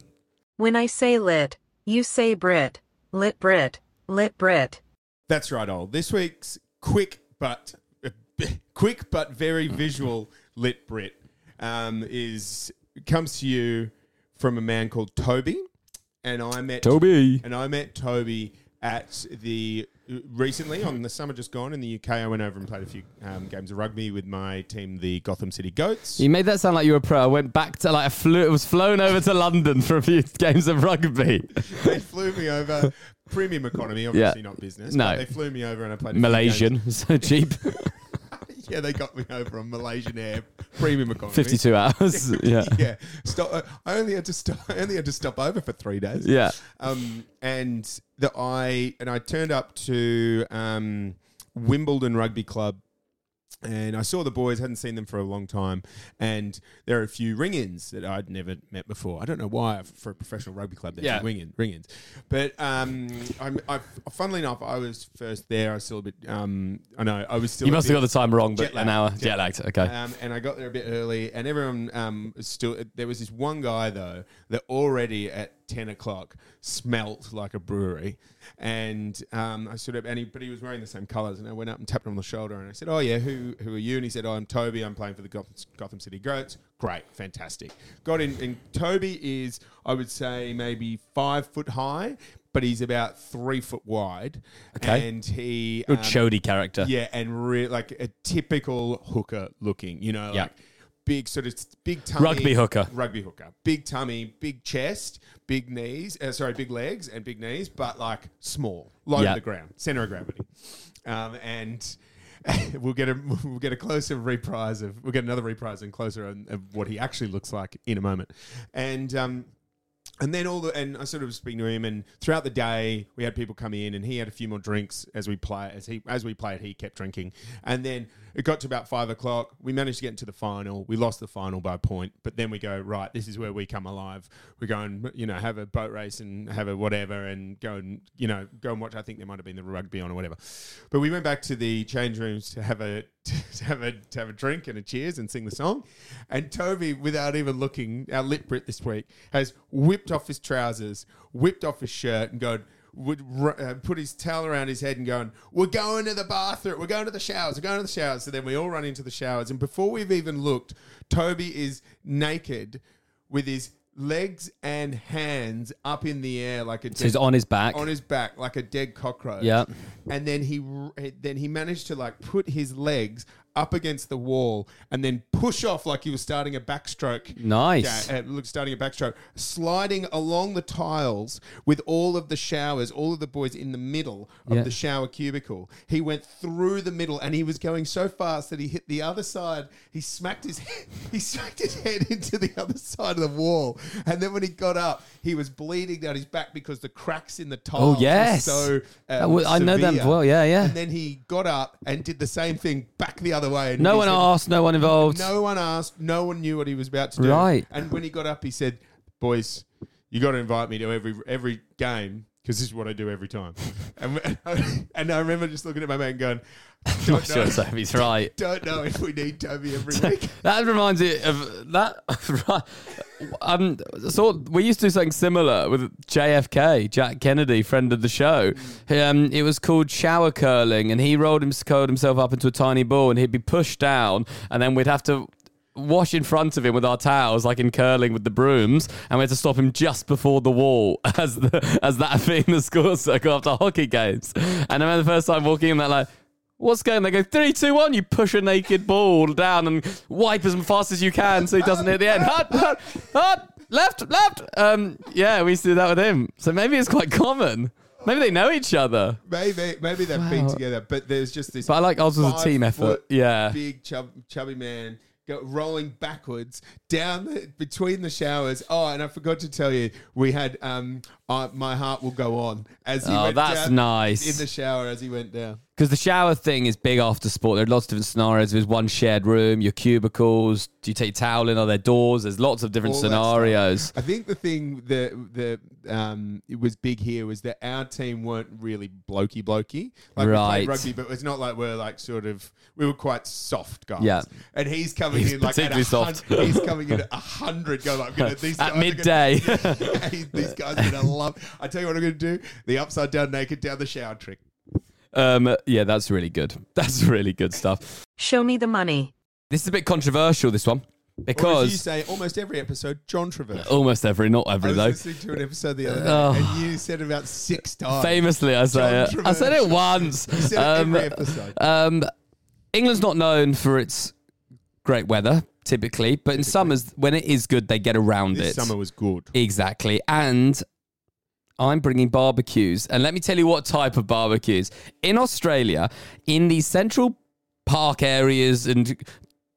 Speaker 4: When I say lit, you say Brit. Lit Brit. Lit Brit.
Speaker 3: That's right, Ol. This week's quick but [LAUGHS] quick but very visual lit Brit um, is comes to you from a man called Toby, and I met
Speaker 2: Toby.
Speaker 3: and I met Toby at the recently on the summer just gone in the UK. I went over and played a few um, games of rugby with my team, the Gotham City Goats.
Speaker 2: You made that sound like you were a pro. I went back to like I flew. It was flown over to London for a few [LAUGHS] games of rugby.
Speaker 3: they flew me over. Premium economy, obviously not business.
Speaker 2: No.
Speaker 3: but they flew me over and I played a few games.
Speaker 2: Malaysian, so cheap.
Speaker 3: [LAUGHS] Yeah, they got me over on Malaysian Air premium economy.
Speaker 2: 52
Speaker 3: [LAUGHS]
Speaker 2: hours. Yeah.
Speaker 3: yeah. Stop. uh, I only had to stop. [LAUGHS] I only had to stop over for three days.
Speaker 2: Yeah.
Speaker 3: Um. And the I and I turned up to um, Wimbledon Rugby Club. And I saw the boys, hadn't seen them for a long time. And there are a few ring ins that I'd never met before. I don't know why, for a professional rugby club, there's
Speaker 2: Yeah.
Speaker 3: yeah. ring in, ring ins. But um, I'm, I, funnily enough, I was first there. I was still a bit, um, I know, I was still.
Speaker 2: You
Speaker 3: a
Speaker 2: must
Speaker 3: bit-
Speaker 2: have got the time wrong, but
Speaker 3: Jet
Speaker 2: an
Speaker 3: lagged,
Speaker 2: hour
Speaker 3: jet
Speaker 2: jet lagged. Okay.
Speaker 3: um, and I got there a bit early, and everyone um, was still. There was this one guy though that already at ten o'clock smelt like a brewery, and um, I stood up, and he, but he was wearing the same colours, and I went up and tapped him on the shoulder, and I said, "Oh yeah, who who are you?" And he said, "Oh, I'm Toby. I'm playing for the Gotham, Gotham City Goats. Great, fantastic. Got in, and Toby is, I would say, maybe five foot high." But he's about three foot wide,
Speaker 2: Okay.
Speaker 3: and he
Speaker 2: Good
Speaker 3: um,
Speaker 2: chody character.
Speaker 3: yeah, and re- like a typical hooker looking, you know,
Speaker 2: Yeah.
Speaker 3: like big sort of big tummy,
Speaker 2: Rugby hooker.
Speaker 3: rugby hooker, big tummy, big chest, big knees, uh, sorry, big legs and big knees, but like small, low
Speaker 2: Yeah.
Speaker 3: to the ground, center of gravity, um, and. [LAUGHS] We'll get a we'll get a closer reprise of we'll get another reprise and closer on, of what he actually looks like in a moment, and um, and then all the and I sort of was speaking to him, and throughout the day we had people come in, and he had a few more drinks as we play as he as we played. He kept drinking, and then it got to about five o'clock. We managed to get into the final. We lost the final by a point, but then we go right. This is where we come alive. We go and you know have a boat race and have a whatever, and go and you know go and watch. I think there might have been the rugby on or whatever, but we went back to the change rooms to have a [LAUGHS] to have a to have a drink and a cheers and sing the song. And Toby, without even looking, our lip Brit this week has whipped off his trousers, whipped off his shirt, and gone. Would r- uh, put his towel around his head and going, "We're going to the bathroom. We're going to the showers. We're going to the showers." So then we all run into the showers, and before we've even looked, Toby is naked with his legs and hands up in the air like a
Speaker 2: So he's on his back.
Speaker 3: on his back like a dead cockroach.
Speaker 2: Yeah.
Speaker 3: And then he then he managed to like put his legs up against the wall and then push off like he was starting a backstroke.
Speaker 2: Nice.
Speaker 3: Yeah, uh, look, starting a backstroke, sliding along the tiles with all of the showers, all of the boys in the middle of
Speaker 2: Yeah.
Speaker 3: the shower cubicle. He went through the middle, and he was going so fast that he hit the other side. He smacked his head, he [LAUGHS] smacked his head into the other side of the wall, and then when he got up, he was bleeding down his back because the cracks in the tiles.
Speaker 2: Oh,
Speaker 3: were
Speaker 2: yes.
Speaker 3: so uh,
Speaker 2: That was- I know them
Speaker 3: severe.
Speaker 2: well, yeah, yeah.
Speaker 3: And then he got up and did the same thing back the other way. and
Speaker 2: No
Speaker 3: he
Speaker 2: one
Speaker 3: said-
Speaker 2: asked, no one involved. [LAUGHS]
Speaker 3: No one asked. No one knew what he was about to do.
Speaker 2: Right.
Speaker 3: And when he got up, he said, "Boys, you got to invite me to every every game because this is what I do
Speaker 2: [LAUGHS]
Speaker 3: every time." and, and I remember just looking at my mate and going,
Speaker 2: I'm
Speaker 3: "Don't
Speaker 2: sure
Speaker 3: know,
Speaker 2: Sophie's right.
Speaker 3: don't know if we need Toby
Speaker 2: [LAUGHS]
Speaker 3: every week."
Speaker 2: That reminds me of that. [LAUGHS] um, so we used to do something similar with JFK, Jack Kennedy, friend of the show. Um, it was called shower curling, and he rolled, him, curled himself up into a tiny ball, and he'd be pushed down, and then we'd have to wash in front of him with our towels, like in curling with the brooms, and we had to stop him just before the wall [LAUGHS] as the, as that [LAUGHS] being the score circle after hockey games. And I remember the first time walking in that like. What's going? They go three, two, one. You push a naked ball down and wipe as fast as you can so he doesn't hit the end. Hut, hut, hut, left, left. Um, yeah, we used to do that with him. So maybe it's quite common. Maybe they know each other.
Speaker 3: Maybe maybe they've been together, but there's just this.
Speaker 2: But I like ours was a team effort.
Speaker 3: five-foot
Speaker 2: Yeah.
Speaker 3: big chub, chubby man go, rolling backwards down the, between the showers. Oh, and I forgot to tell you, we had um, I, my heart will go on as he
Speaker 2: Oh,
Speaker 3: went
Speaker 2: that's
Speaker 3: down
Speaker 2: nice.
Speaker 3: in the shower as he went down.
Speaker 2: Because the shower thing is big after sport. There are lots of different scenarios. There's one shared room, your cubicles. Do you take towel in? Are there doors? There's lots of different
Speaker 3: All that stuff.
Speaker 2: scenarios.
Speaker 3: I think the thing that the um it was big here was that our team weren't really blokey blokey. Like we
Speaker 2: Right.
Speaker 3: played rugby, but it's not like we're like sort of we were quite soft guys.
Speaker 2: Yeah.
Speaker 3: And he's coming
Speaker 2: He's
Speaker 3: in like at
Speaker 2: particularly soft. [LAUGHS]
Speaker 3: 100 He's coming in at a hundred. Go like gonna, these
Speaker 2: At
Speaker 3: guys are gonna-
Speaker 2: midday.
Speaker 3: [LAUGHS]
Speaker 2: [LAUGHS]
Speaker 3: Yeah, these guys are gonna love. I tell you what I'm gonna do: the upside down naked down the shower trick.
Speaker 2: Um, yeah, that's really good. [LAUGHS] That's really good stuff.
Speaker 4: Show me the money.
Speaker 2: This is a bit controversial, this one.
Speaker 3: Or as you
Speaker 2: Because
Speaker 3: say almost every episode, John Travers.
Speaker 2: almost every, not
Speaker 3: I
Speaker 2: every
Speaker 3: was
Speaker 2: Oh, though.
Speaker 3: listening to an episode the other day,
Speaker 2: Oh.
Speaker 3: and you said about six times.
Speaker 2: Famously, I say it. I said it
Speaker 3: Controversial.
Speaker 2: once.
Speaker 3: said it every episode.
Speaker 2: um, England's not known for its great weather typically, but in summers when it is good, they get around
Speaker 3: This
Speaker 2: it.
Speaker 3: summer was good.
Speaker 2: Exactly. And I'm bringing barbecues. And let me tell you what type of barbecues. In Australia, in these central park areas and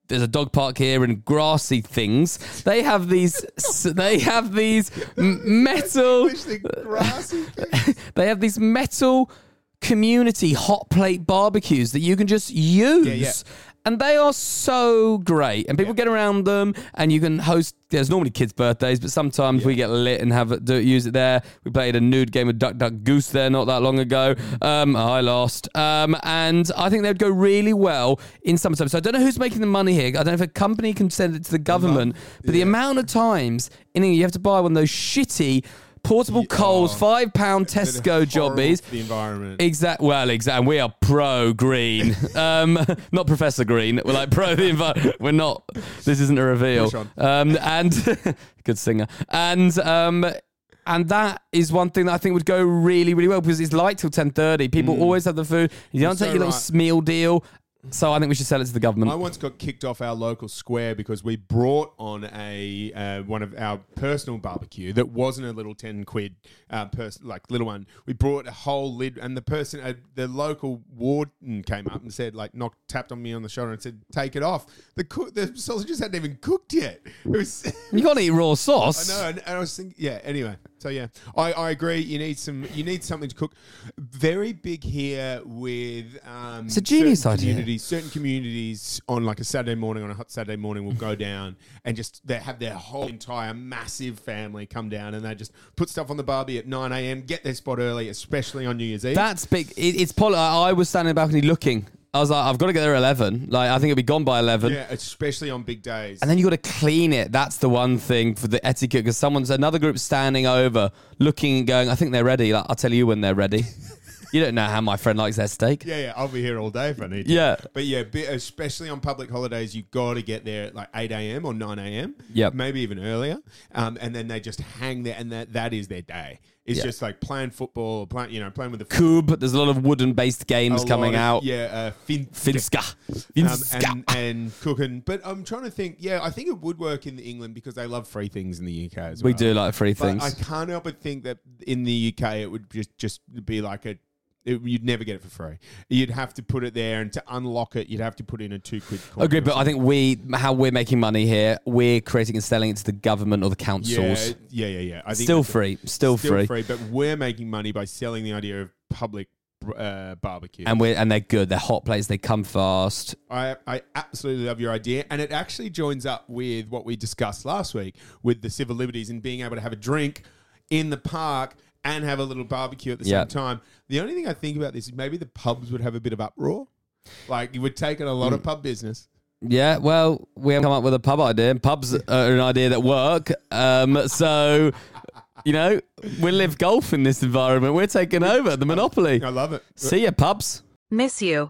Speaker 2: there's a dog park here and grassy things. They have these s- they have
Speaker 3: [LAUGHS]
Speaker 2: these m- metal
Speaker 3: Wish the grassy thing.
Speaker 2: [LAUGHS] they have these metal community hot plate barbecues that you can just use.
Speaker 3: yeah.
Speaker 2: And they are so great. And people get around them and you can host there's normally kids' birthdays, but sometimes we get lit and have it, do, use it there. We played a nude game of Duck Duck Goose there not that long ago. Um, I lost. Um, and I think they'd go really well in some So I don't know who's making the money here. I don't know if a company can send it to the government, but the amount of times in England you have to buy one of those shitty portable coals, five pound Tesco jobbies.
Speaker 3: The environment.
Speaker 2: Exact. Well, exact. We are pro
Speaker 3: [LAUGHS]
Speaker 2: green. um, [LAUGHS] not Professor Green. We're like pro the environment. We're not. This isn't a reveal.
Speaker 3: Push on.
Speaker 2: Um, and [LAUGHS] good singer. And um, and that is one thing that I think would go really, really well because it's light till ten thirty. People always have the food. You don't
Speaker 3: Mm. so
Speaker 2: take your little
Speaker 3: right.
Speaker 2: meal deal. So I think we should sell it to the government.
Speaker 3: I once got kicked off our local square because we brought on a uh, one of our personal barbecue that wasn't a little ten quid uh, person like little one. We brought a whole lid, and the person, uh, the local warden, came up and said like knocked tapped on me on the shoulder and said, "Take it off." The cook, the sausages hadn't even cooked yet. It was. [LAUGHS]
Speaker 2: you can't eat raw
Speaker 3: I
Speaker 2: sauce.
Speaker 3: know, and, and I was thinking, yeah. Anyway, so yeah, I, I agree. You need some, you need something to cook. Very big here with um,
Speaker 2: It's a genius
Speaker 3: certain
Speaker 2: idea.
Speaker 3: Communities, certain communities on like a Saturday morning, on a hot Saturday morning,
Speaker 2: [LAUGHS]
Speaker 3: will go down and just they have their whole entire massive family come down and they just put stuff on the barbie at nine a.m. Get their spot early, especially on New Year's Eve.
Speaker 2: That's big. It, it's poli- I I was standing in the balcony looking. I was like, I've got to get there at eleven. Like I think it'll be gone by eleven.
Speaker 3: yeah, especially on big days.
Speaker 2: And then you got to clean it. That's the one thing for the etiquette because someone's another group standing over, looking and going, I think they're ready. Like, I'll tell you when they're ready. [LAUGHS] you don't know how my friend likes their steak.
Speaker 3: Yeah, yeah, I'll be here all day if I need to.
Speaker 2: Yeah.
Speaker 3: But yeah, bi- especially on public holidays, you've got to get there at like 8 a.m. or 9 a.m.
Speaker 2: Yep.
Speaker 3: Maybe even earlier. Um, and then they just hang there, and that, that is their day. It's
Speaker 2: Yeah.
Speaker 3: just like playing football, playing, you know, playing with the
Speaker 2: Coob, there's a lot of wooden based games
Speaker 3: a
Speaker 2: coming
Speaker 3: lot of-
Speaker 2: out.
Speaker 3: Yeah, uh, fin-
Speaker 2: Finska.
Speaker 3: um,
Speaker 2: Finska.
Speaker 3: and, and cooking. But I'm trying to think, yeah, I think it would work in England because they love free things in the UK as well.
Speaker 2: we do like free
Speaker 3: But I
Speaker 2: things.
Speaker 3: can't help but think that in the UK it would just just be like a. It, you'd never get it for free. You'd have to put it there, and to unlock it, you'd have to put in a two quid coin.
Speaker 2: Agree, Oh, but I think we, how we're making money here, we're creating and selling it to the government or the
Speaker 3: yeah,
Speaker 2: councils.
Speaker 3: yeah, yeah, yeah. I think
Speaker 2: still
Speaker 3: that's-
Speaker 2: free. Still, free.
Speaker 3: But we're making money by selling the idea of public uh, barbecue.
Speaker 2: and we're and they're good. They're hot plates. They come fast.
Speaker 3: I, I absolutely love your idea. And it actually joins up with what we discussed last week with the civil liberties and being able to have a drink in the park and have a little barbecue at the
Speaker 2: Yeah.
Speaker 3: same time. The only thing I think about this is maybe the pubs would have a bit of uproar. Like you would take on a lot
Speaker 2: Mm.
Speaker 3: of pub business.
Speaker 2: Yeah, well, we have come up with a pub idea. and Pubs are an idea that work. Um, so, you know, we live golf in this environment. We're taking over the monopoly.
Speaker 3: I love
Speaker 2: [LAUGHS]
Speaker 3: it.
Speaker 2: See ya, pubs.
Speaker 4: Miss you.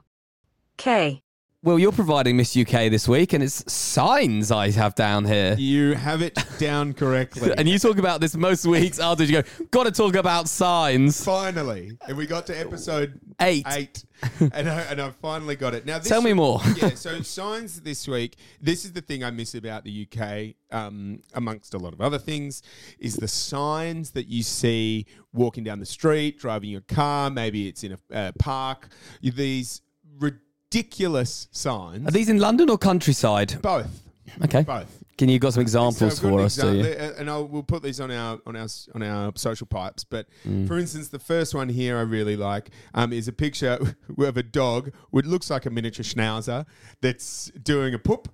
Speaker 4: K.
Speaker 2: Well, you're providing Miss UK this week, and it's signs I have down here.
Speaker 3: You have it down correctly.
Speaker 2: [LAUGHS] And you talk about this most weeks after you go, gotta talk about signs.
Speaker 3: finally, and we got to episode
Speaker 2: Eight.
Speaker 3: eight,
Speaker 2: [LAUGHS]
Speaker 3: and I, and I finally got it. Now, this
Speaker 2: Tell me more.
Speaker 3: [LAUGHS] yeah, so signs this week. This is the thing I miss about the UK, um, amongst a lot of other things, is the signs that you see walking down the street, driving your car. Maybe it's in a uh, park. These ridiculous signs.
Speaker 2: Are these in London or countryside?
Speaker 3: both?
Speaker 2: Okay.
Speaker 3: Both.
Speaker 2: Can you got some
Speaker 3: So
Speaker 2: examples
Speaker 3: I've got
Speaker 2: for
Speaker 3: an
Speaker 2: us, do
Speaker 3: example,
Speaker 2: you?
Speaker 3: uh, And I'll, we'll put these on our on our s- on our social pipes. But for instance, the first one here I really like um, is a picture [LAUGHS] of a dog, which looks like a miniature schnauzer, that's doing a poop.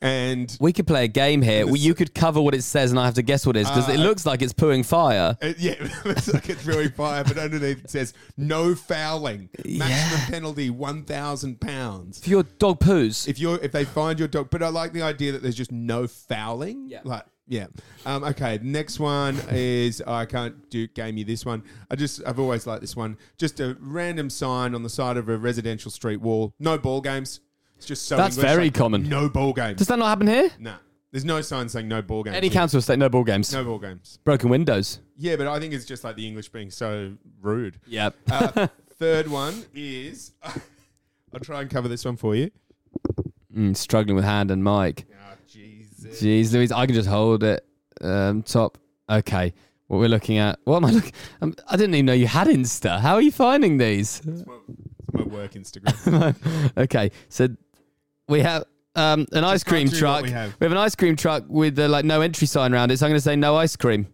Speaker 3: And
Speaker 2: We could play a game here. Well, you could cover what it says, and I have to guess what it is because it looks like it's pooing fire.
Speaker 3: Uh, yeah, [LAUGHS] it looks like it's really fire, but underneath it says no fouling, maximum
Speaker 2: Yeah.
Speaker 3: penalty one thousand pounds.
Speaker 2: If your dog poos,
Speaker 3: If you are if they find your dog, but I like the idea that there's just no fouling. Yeah, like yeah. Um, okay, next one is I can't do game you this one. I just I've always liked this one. Just a random sign on the side of a residential street wall. No ball games. It's just so
Speaker 5: That's
Speaker 3: English,
Speaker 5: very
Speaker 3: like,
Speaker 5: common.
Speaker 3: No ball games.
Speaker 2: does that not happen here?
Speaker 3: nah, there's no sign saying no ball games.
Speaker 2: Any council estate, no ball games,
Speaker 3: No ball games.
Speaker 2: broken windows.
Speaker 3: Yeah, but I think it's just like the English being so rude.
Speaker 2: Yep.
Speaker 3: Uh, third one is [LAUGHS] I'll try and cover this one for you.
Speaker 2: Mm, struggling with hand and mic.
Speaker 3: Ah, Jesus.
Speaker 2: Jeez, Louise, I can just hold it. Um, top. Okay. What we're looking at? What am I looking? Um, I didn't even know you had Insta. How are you finding these?
Speaker 3: It's my, it's my work Instagram.
Speaker 2: okay, so we have um, an ice cream
Speaker 3: through what
Speaker 2: truck.
Speaker 3: we have.
Speaker 2: an ice cream truck with uh, like no entry sign around it. So I'm going to say no ice cream.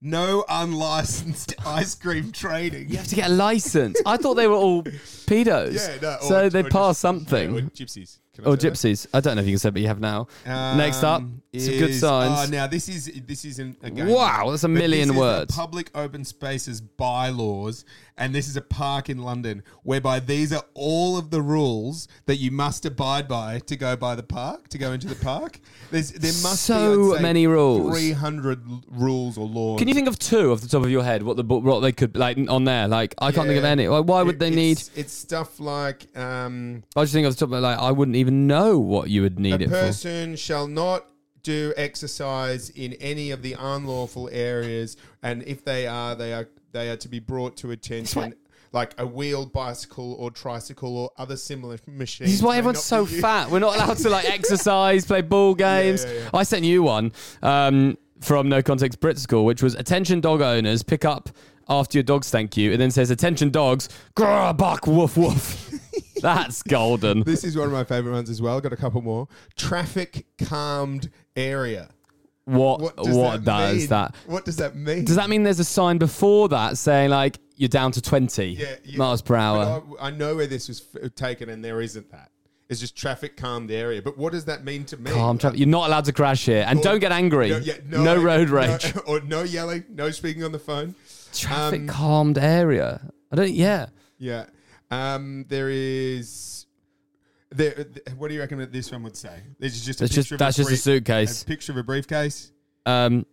Speaker 3: no unlicensed [LAUGHS] ice cream trading.
Speaker 2: You have to get a license. I thought they were all pedos.
Speaker 3: Yeah, no, or-
Speaker 2: so
Speaker 3: or
Speaker 2: they
Speaker 3: just-
Speaker 2: pass
Speaker 3: Yeah, or
Speaker 2: something.
Speaker 3: gypsies. Can I
Speaker 2: or
Speaker 3: say that?
Speaker 2: gypsies. I don't know if you can say, but you have now. Next up,
Speaker 3: Um,
Speaker 2: some good
Speaker 3: is-
Speaker 2: signs.
Speaker 3: Oh, now this is this isn't a game.
Speaker 2: Wow, that's a
Speaker 3: But
Speaker 2: million
Speaker 3: this is the
Speaker 2: words.
Speaker 3: public open spaces bylaws, and this is a park in London whereby these are all of the rules that you must abide by to go by the park, to go into the park. There's there must be,
Speaker 2: So
Speaker 3: I'd say,
Speaker 2: many rules.
Speaker 3: 300 l- rules or laws.
Speaker 2: Can you think of two off the top of your head? What the bo- what they could like on there? Like I can't think of
Speaker 3: Yeah.
Speaker 2: any. Like, why would
Speaker 3: It-
Speaker 2: they
Speaker 3: it's-
Speaker 2: need?
Speaker 3: It's stuff like um,
Speaker 2: I just think off the top of like I wouldn't even know what you would need
Speaker 3: a
Speaker 2: it for.
Speaker 3: person shall not do exercise in any of the unlawful areas, and if they are, they are they are to be brought to attention. Like a wheeled bicycle or tricycle or other similar machine.
Speaker 2: This is why everyone's so fat. We're not allowed
Speaker 3: [LAUGHS]
Speaker 2: to like exercise, play ball games.
Speaker 3: yeah, yeah.
Speaker 2: I sent you one um, from No Context Brit School, which was attention dog owners pick up after your dogs thank you. It then says attention dogs, grr, bark, woof,
Speaker 3: [LAUGHS]
Speaker 2: woof. That's golden.
Speaker 3: This is one of my favorite ones as well. Got a couple more. Traffic calmed area.
Speaker 2: What
Speaker 3: What
Speaker 2: what,
Speaker 3: does that
Speaker 2: does
Speaker 3: mean?
Speaker 2: that?
Speaker 3: What does that mean?
Speaker 2: Does that mean there's a sign before that saying like you're down to 20
Speaker 3: Yeah, yeah.
Speaker 2: miles per hour?
Speaker 3: But I, I know where this was f- taken, and there isn't that. It's just traffic calmed area. But what does that mean to me?
Speaker 2: Calm traffic. You're not allowed to crash here, and don't get angry.
Speaker 3: No, yeah, no,
Speaker 2: no road
Speaker 3: no- [LAUGHS] um,
Speaker 2: rage.
Speaker 3: or no yelling, no speaking on the phone.
Speaker 2: Traffic
Speaker 3: Um,
Speaker 2: calmed area. I don't. Yeah.
Speaker 3: Yeah. Um, there is. There, th- what do you reckon that this one would say? This is just a
Speaker 2: That's
Speaker 3: picture
Speaker 2: just-
Speaker 3: of
Speaker 2: that's
Speaker 3: a
Speaker 2: just a suitcase.
Speaker 3: A picture of a briefcase
Speaker 2: Um,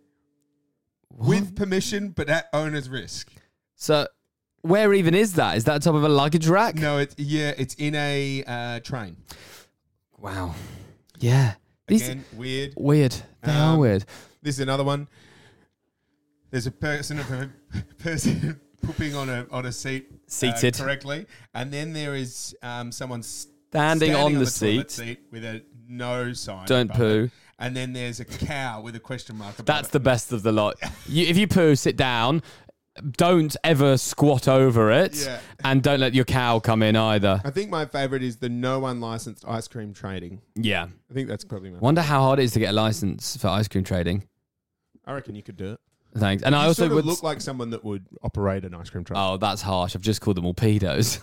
Speaker 3: with permission, but at owner's risk.
Speaker 2: So where even is that? Is that top of a luggage rack?
Speaker 3: No, it's yeah, it's in a uh, train.
Speaker 2: Wow. Yeah. These
Speaker 3: Again, weird.
Speaker 2: weird. They are
Speaker 3: Um,
Speaker 2: weird.
Speaker 3: This is another one. There's a person a [LAUGHS] person pooping on a on a seat uh,
Speaker 2: Seated.
Speaker 3: correctly, and then there is um, someone s-
Speaker 2: Standing on the
Speaker 3: toilet
Speaker 2: seat.
Speaker 3: with a no sign.
Speaker 2: Don't
Speaker 3: above it.
Speaker 2: poo.
Speaker 3: And then there's a cow with a question mark. Above
Speaker 2: That's
Speaker 3: it.
Speaker 2: the best of the lot. You, if you poo, sit down. Don't ever squat over it.
Speaker 3: Yeah.
Speaker 2: And don't let your cow come in either.
Speaker 3: I think my favorite is the no unlicensed ice cream trading.
Speaker 2: Yeah.
Speaker 3: I think that's probably my.
Speaker 2: Wonder how hard it is to get a license for ice cream trading.
Speaker 3: I reckon you could do it.
Speaker 2: Thanks. And I
Speaker 3: You
Speaker 2: also
Speaker 3: sort of
Speaker 2: would.
Speaker 3: look like someone that would operate an ice cream truck.
Speaker 2: Oh, that's harsh. I've just called them all pedos.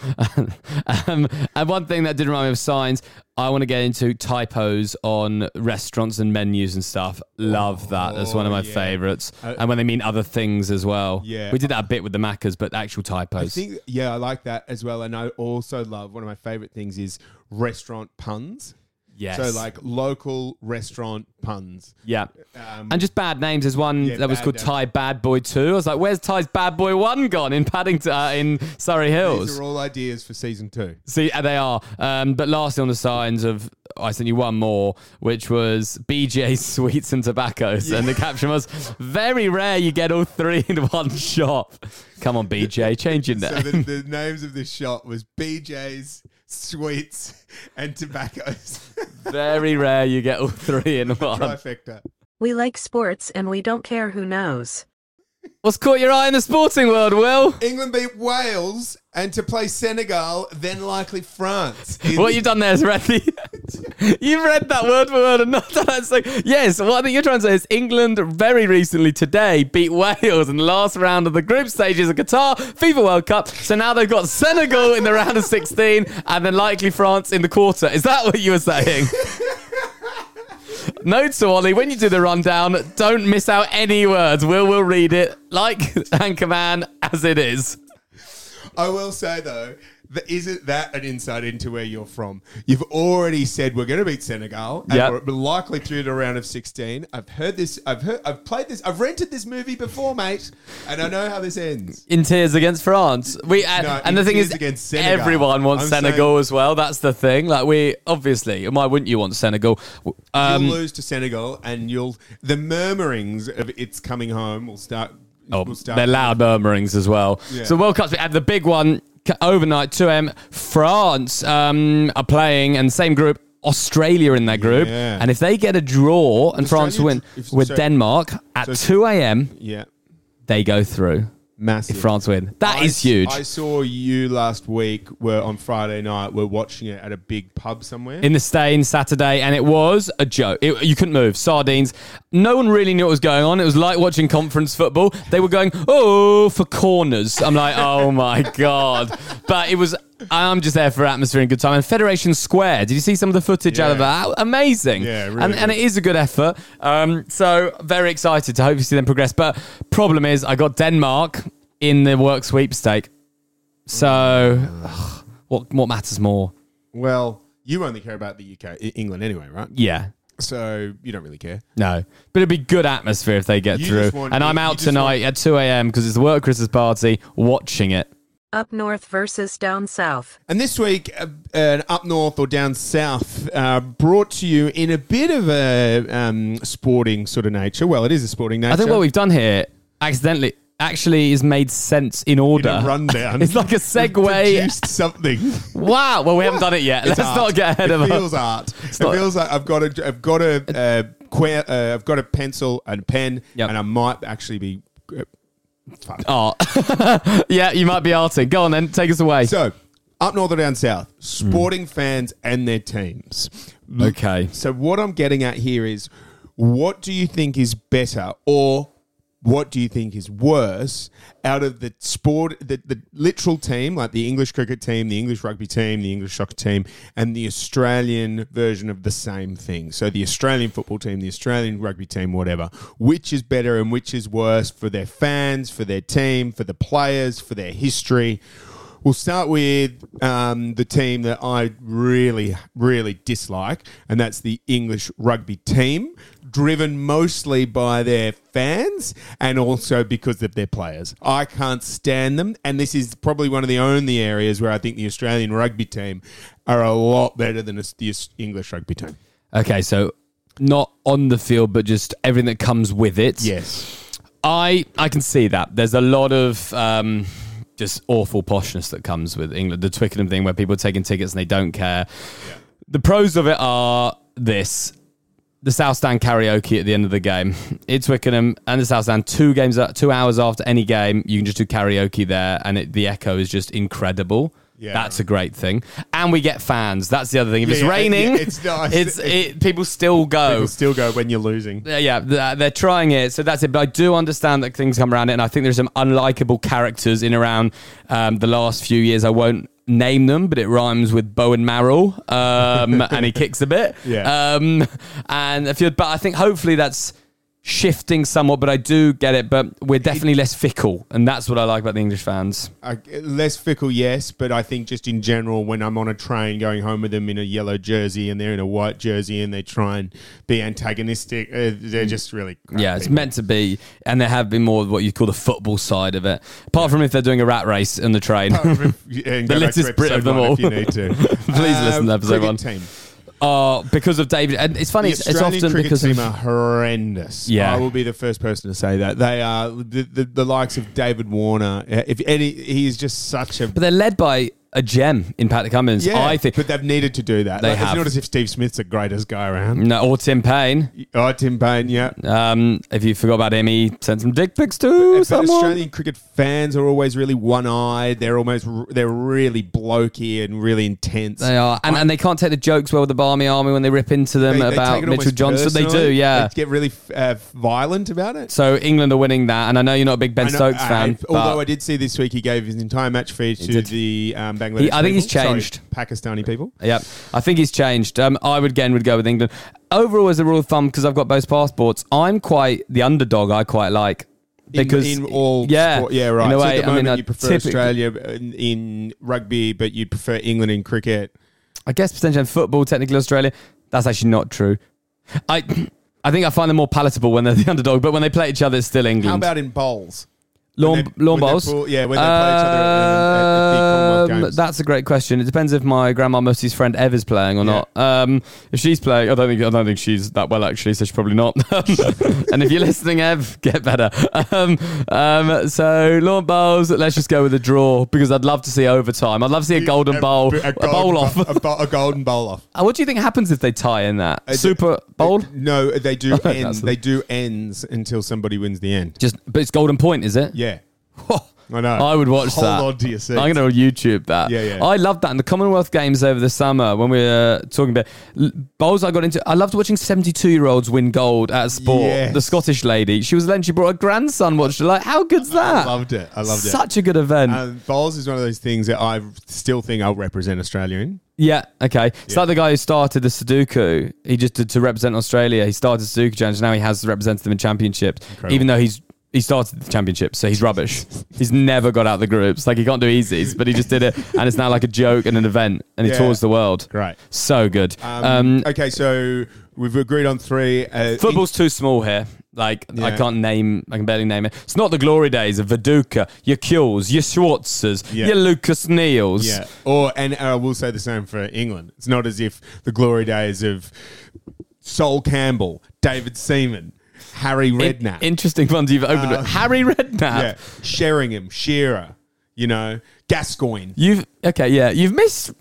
Speaker 2: [LAUGHS] um, and one thing that did remind me of signs, I want to get into typos on restaurants and menus and stuff. Love that. That's one of my
Speaker 3: Oh, yeah. Uh,
Speaker 2: favorites. and when they mean other things as well.
Speaker 3: Yeah.
Speaker 2: We did that a bit with the Maccas, but actual typos.
Speaker 3: I think yeah, I like that as well. And I also love one of my favorite things is restaurant puns.
Speaker 2: yes.
Speaker 3: So like local restaurant puns.
Speaker 2: yeah.
Speaker 3: Um,
Speaker 2: And just bad names. There's one
Speaker 3: Yeah,
Speaker 2: that was
Speaker 3: bad
Speaker 2: called
Speaker 3: names.
Speaker 2: Thai Bad Boy 2. I was like, where's Thai's Bad Boy 1 gone in Paddington, uh, in Surrey Hills?
Speaker 3: these are all ideas for season two.
Speaker 2: See, uh, they are. Um, but lastly, on the signs of, I sent you one more, which was BJ's [LAUGHS] Sweets and Tobaccos. And the caption was, very rare you get all three in one shop. Come on,
Speaker 3: [LAUGHS]
Speaker 2: BJ, change your
Speaker 3: So
Speaker 2: name. [LAUGHS]
Speaker 3: the, the names of this shot was BJ's, Sweets, and Tobaccos. [LAUGHS]
Speaker 2: very rare you get all three in one.
Speaker 3: Trifecta.
Speaker 4: We like sports and we don't care who knows.
Speaker 2: What's caught your eye in the sporting world, Will?
Speaker 3: England beat Wales and to play Senegal, then likely France.
Speaker 2: [LAUGHS]
Speaker 3: in-
Speaker 2: What you've done there is ready. [LAUGHS] you've read that word for word and not done that. So, yes, what I think you're trying to say is England very recently today beat Wales in the last round of the group stages of Qatar FIFA World Cup. So now they've got Senegal in the round of 16 and then likely France in the quarter. Is that what you were saying? [LAUGHS] Note to Ollie, when you do the rundown, don't miss out any words. Will will read it like [LAUGHS] Anchorman as it is.
Speaker 3: I will say though, that isn't that an insight into where you're from? You've already said we're going to beat Senegal, and
Speaker 2: Yep.
Speaker 3: we're likely through to round of 16. I've heard this. I've heard. I've played this. I've rented this movie before, mate, and I know how this ends.
Speaker 2: in tears against France. We and,
Speaker 3: No,
Speaker 2: and the
Speaker 3: in
Speaker 2: thing
Speaker 3: tears
Speaker 2: is,
Speaker 3: against Senegal.
Speaker 2: everyone wants
Speaker 3: I'm
Speaker 2: Senegal as well. That's the thing. Like we obviously, why wouldn't you want Senegal? Um,
Speaker 3: you'll lose to Senegal, and you'll the murmurings of it's coming home will start.
Speaker 2: oh,
Speaker 3: will start
Speaker 2: they're loud murmurings as well.
Speaker 3: Yeah.
Speaker 2: So World Cup's and the big one c- overnight. Two M France um, are playing and same group. Australia in their group,
Speaker 3: Yeah.
Speaker 2: and if they get a draw and France
Speaker 3: Australia-
Speaker 2: win
Speaker 3: if-
Speaker 2: with
Speaker 3: so-
Speaker 2: Denmark at
Speaker 3: so-
Speaker 2: 2 a.m.,
Speaker 3: Yeah,
Speaker 2: they go through.
Speaker 3: massive.
Speaker 2: If France win, that is
Speaker 3: I-
Speaker 2: huge.
Speaker 3: I saw you last week. Were on Friday night. We're watching it at a big pub somewhere.
Speaker 2: in the stain Saturday, and it was a joke. It- you couldn't move. Sardines. No one really knew what was going on. It was like watching conference football. They were going, oh, for corners. I'm like, oh [LAUGHS] my God. But it was, I'm just there for atmosphere and good time. And Federation Square, did you see some of the footage out of
Speaker 3: Yeah.
Speaker 2: that? Amazing.
Speaker 3: Yeah, really
Speaker 2: and, and
Speaker 3: good.
Speaker 2: it is a good effort. Um, so very excited to hopefully see them progress. But problem is, I got Denmark in the work sweepstake. So
Speaker 3: Mm.
Speaker 2: ugh, what, what matters more?
Speaker 3: well, you only care about the UK, I- England, anyway, right?
Speaker 2: Yeah.
Speaker 3: So you don't really care.
Speaker 2: No, but it'd be good atmosphere if they get
Speaker 3: You
Speaker 2: through.
Speaker 3: just want-
Speaker 2: and I'm
Speaker 3: you
Speaker 2: out
Speaker 3: just
Speaker 2: tonight
Speaker 3: want-
Speaker 2: at 2 a.m. because it's the work Christmas party, watching it.
Speaker 4: Up north versus down south.
Speaker 3: And this week, uh, an up north or down south, uh, brought to you in a bit of a um, sporting sort of nature. Well, it is a sporting nature.
Speaker 2: I think what we've done here accidentally actually is made sense in order. [LAUGHS]
Speaker 3: done rundown.
Speaker 2: It's like a
Speaker 3: [LAUGHS]
Speaker 2: segue.
Speaker 3: produced something.
Speaker 2: wow. Well, we haven't done it yet. Let's
Speaker 3: art.
Speaker 2: not get ahead
Speaker 3: it
Speaker 2: of
Speaker 3: feels
Speaker 2: ourselves.
Speaker 3: art. It
Speaker 2: not-
Speaker 3: feels like I've got a, I've got a, uh, que- uh, I've got a pencil and a pen,
Speaker 2: Yep.
Speaker 3: and I might actually be. Uh, fuck.
Speaker 2: [LAUGHS] Art. [LAUGHS] yeah, you might be arting. Go on then, take us away.
Speaker 3: So, up north or down south, sporting fans and their teams.
Speaker 2: okay.
Speaker 3: So what I'm getting at here is what do you think is better or what do you think is worse out of the sport the, the literal team like the English cricket team, the English rugby team, the English soccer team and the Australian version of the same thing. So the Australian football team, the Australian rugby team, whatever. Which is better and which is worse for their fans, for their team, for the players, for their history? We'll start with um, the team that I really, really dislike, and that's the English rugby team, driven mostly by their fans and also because of their players. I can't stand them, and this is probably one of the only areas where I think the Australian rugby team are a lot better than the English rugby team.
Speaker 2: Okay, so not on the field, but just everything that comes with it.
Speaker 3: Yes.
Speaker 2: I I can see that. There's a lot of um, just awful poshness that comes with England. The Twickenham thing where people are taking tickets and they don't care. The pros of it are this. The South Stand karaoke at the end of the game. It's Twickenham and the South Stand. Two games, two hours after any game, you can just do karaoke there, and it, the echo is just incredible.
Speaker 3: Yeah.
Speaker 2: That's a great thing. And we get fans. That's the other thing. If
Speaker 3: Yeah,
Speaker 2: it's
Speaker 3: yeah,
Speaker 2: raining,
Speaker 3: yeah, it's nice.
Speaker 2: it's- it, people still go.
Speaker 3: People still go when you're losing.
Speaker 2: Yeah, yeah, they're, they're trying it. So that's it. But I do understand that things come around it, and I think there's some unlikable characters in around um, the last few years. I won't name them, but it rhymes with Bowen Marrell, um, and he kicks a bit.
Speaker 3: Yeah.
Speaker 2: Um, and a few, but I think hopefully that's shifting somewhat. But I do get it. But we're definitely less fickle, and that's what I like about the English fans.
Speaker 3: I, less fickle, yes, but I think just in general, when I'm on a train going home with them in a yellow jersey and they're in a white jersey and they try and be antagonistic, uh, they're just really crap
Speaker 2: Yeah, it's
Speaker 3: people.
Speaker 2: meant to be, and there have been more of what you call the football side of it. Apart from if they're doing a rat race on the train.
Speaker 3: [LAUGHS] and
Speaker 2: [LAUGHS]
Speaker 3: go back to
Speaker 2: latest Brit of
Speaker 3: episode
Speaker 2: them
Speaker 3: one
Speaker 2: all.
Speaker 3: If you need to,
Speaker 2: [LAUGHS]
Speaker 3: Um,
Speaker 2: Please listen to episode
Speaker 3: cricket
Speaker 2: one.
Speaker 3: Team.
Speaker 2: Oh, because of David. And it's funny,
Speaker 3: The
Speaker 2: it's, it's
Speaker 3: Australian
Speaker 2: often
Speaker 3: cricket
Speaker 2: because of.
Speaker 3: team are horrendous.
Speaker 2: Yeah.
Speaker 3: I will be the first person to say that they are the, the, the likes of David Warner. uh, If any, he is just such a
Speaker 2: But they're led by a gem in Patrick Cummins,
Speaker 3: yeah.
Speaker 2: I think.
Speaker 3: but they've needed to do that.
Speaker 2: They
Speaker 3: Like,
Speaker 2: have.
Speaker 3: It's not as if Steve Smith's the greatest guy around.
Speaker 2: No, or Tim Payne.
Speaker 3: Oh, Tim Payne, yeah.
Speaker 2: Um, if you forgot about him, he sent some dick pics to
Speaker 3: But
Speaker 2: someone.
Speaker 3: Australian cricket fans are always really one-eyed. They're almost they're really blokey and really intense.
Speaker 2: They are, and, and they can't take the jokes well with the Barmy Army when they rip into them
Speaker 3: They- they
Speaker 2: about
Speaker 3: take it
Speaker 2: Mitchell
Speaker 3: almost
Speaker 2: Johnson. They do,
Speaker 3: personally.
Speaker 2: yeah.
Speaker 3: They get really uh, violent about it.
Speaker 2: So England are winning that, and I know you're not a big Ben
Speaker 3: I know-
Speaker 2: Stokes
Speaker 3: I-
Speaker 2: fan.
Speaker 3: although
Speaker 2: but-
Speaker 3: I did see this week he gave his entire match feed to
Speaker 2: did.
Speaker 3: the um, Bangladesh.
Speaker 2: He- I think he's
Speaker 3: people. Sorry,
Speaker 2: changed.
Speaker 3: Pakistani people.
Speaker 2: Yep. I think he's changed. Um, I would again would go with England. Overall, as a rule of thumb, because I've got both passports, I'm quite the underdog. I quite like
Speaker 3: In-
Speaker 2: because
Speaker 3: in, all
Speaker 2: yeah,
Speaker 3: sport- yeah, right.
Speaker 2: In a
Speaker 3: So
Speaker 2: way,
Speaker 3: at the
Speaker 2: I mean,
Speaker 3: moment
Speaker 2: I
Speaker 3: you prefer
Speaker 2: typically-
Speaker 3: Australia uh, in, in rugby, but you prefer England in cricket.
Speaker 2: I guess potentially in football, technically Australia. That's actually not true. I [CLEARS THROAT] I think I find them more palatable when they're [LAUGHS] the underdog, but when they play each other, it's still England.
Speaker 3: How about in bowls?
Speaker 2: lawn,
Speaker 3: when they-
Speaker 2: lawn
Speaker 3: when they
Speaker 2: bowls?
Speaker 3: pull- yeah, when they play each other at- at the Commonwealth
Speaker 2: Um,
Speaker 3: Games.
Speaker 2: That's a great question. It depends if my grandma Mussie's friend Eva's playing or
Speaker 3: Yeah.
Speaker 2: not. Um, if she's playing, I don't think I don't think she's that well actually, so she's probably not. [LAUGHS] Um, and if you're listening, Ev, get better. Um, um, so lawn bowls. Let's just go with a draw because I'd love to see overtime. I'd love to see a golden bowl, a,
Speaker 3: golden
Speaker 2: bowl off. [LAUGHS]
Speaker 3: bo- A, bo- a golden bowl off.
Speaker 2: Uh, What do you think happens if they tie in that
Speaker 3: Uh,
Speaker 2: Super Bowl?
Speaker 3: No, they do
Speaker 2: [LAUGHS]
Speaker 3: ends.
Speaker 2: That's-
Speaker 3: They do ends until somebody wins the end.
Speaker 2: Just, but it's Golden Point, is it?
Speaker 3: Yeah,
Speaker 2: [LAUGHS] Oh,
Speaker 3: I know.
Speaker 2: I would watch
Speaker 3: Hold
Speaker 2: that.
Speaker 3: on to your seats.
Speaker 2: I'm going to YouTube that.
Speaker 3: Yeah, yeah.
Speaker 2: I loved that in the Commonwealth Games over the summer when we were uh, talking about l- bowls. I got into. I loved watching 72 year olds win gold at a sport.
Speaker 3: Yes.
Speaker 2: The Scottish lady. She was then she brought her grandson. Watched it. Like, how good's that?
Speaker 3: loved it. I loved it.
Speaker 2: Such a good event.
Speaker 3: Um, bowls is one of those things that I still think I'll represent Australia in.
Speaker 2: Yeah, okay. It's
Speaker 3: Yeah.
Speaker 2: like the guy who started the Sudoku. He just did to represent Australia. He started Sudoku challenge. Now he has represented them in championships,
Speaker 3: Incredible.
Speaker 2: even though he's he started the championship, so he's
Speaker 3: [LAUGHS]
Speaker 2: rubbish. he's never got out of the groups. Like he can't do easies, but he just did it, and it's now like a joke and an event, and he
Speaker 3: Yeah.
Speaker 2: tours the world.
Speaker 3: Great.
Speaker 2: So good.
Speaker 3: Um,
Speaker 2: Um,
Speaker 3: okay, so we've agreed on three. Uh,
Speaker 2: football's too small here. Like I
Speaker 3: Yeah.
Speaker 2: can't name, I can barely name it. It's not the glory days of Viduka, your Kules, your Schwartzes,
Speaker 3: Yeah.
Speaker 2: your Lucas Neals.
Speaker 3: Yeah. Or and I will say the same for England. It's not as if the glory days of Sol Campbell, David Seaman, Harry
Speaker 2: In-
Speaker 3: Redknapp, Um,
Speaker 2: interesting ones you've opened with. Harry Redknapp.
Speaker 3: yeah, Sheringham, Shearer, you know, Gascoigne.
Speaker 2: You've okay, yeah. You've missed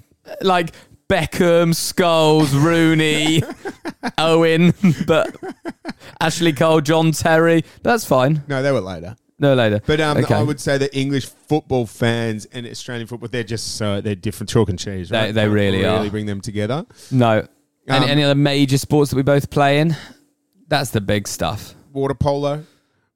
Speaker 2: like Beckham, Skulls,
Speaker 3: [LAUGHS]
Speaker 2: Rooney, Owen, but Ashley Cole, John Terry. That's fine.
Speaker 3: No, they were later.
Speaker 2: No later.
Speaker 3: But um,
Speaker 2: Okay.
Speaker 3: I would say that English football fans and Australian football, they're just so they're different chalk and cheese. Right?
Speaker 2: they
Speaker 3: Can't
Speaker 2: really are.
Speaker 3: Really bring them together.
Speaker 2: no. any,
Speaker 3: Um,
Speaker 2: any other major sports that we both play in? That's the big stuff.
Speaker 3: Water polo.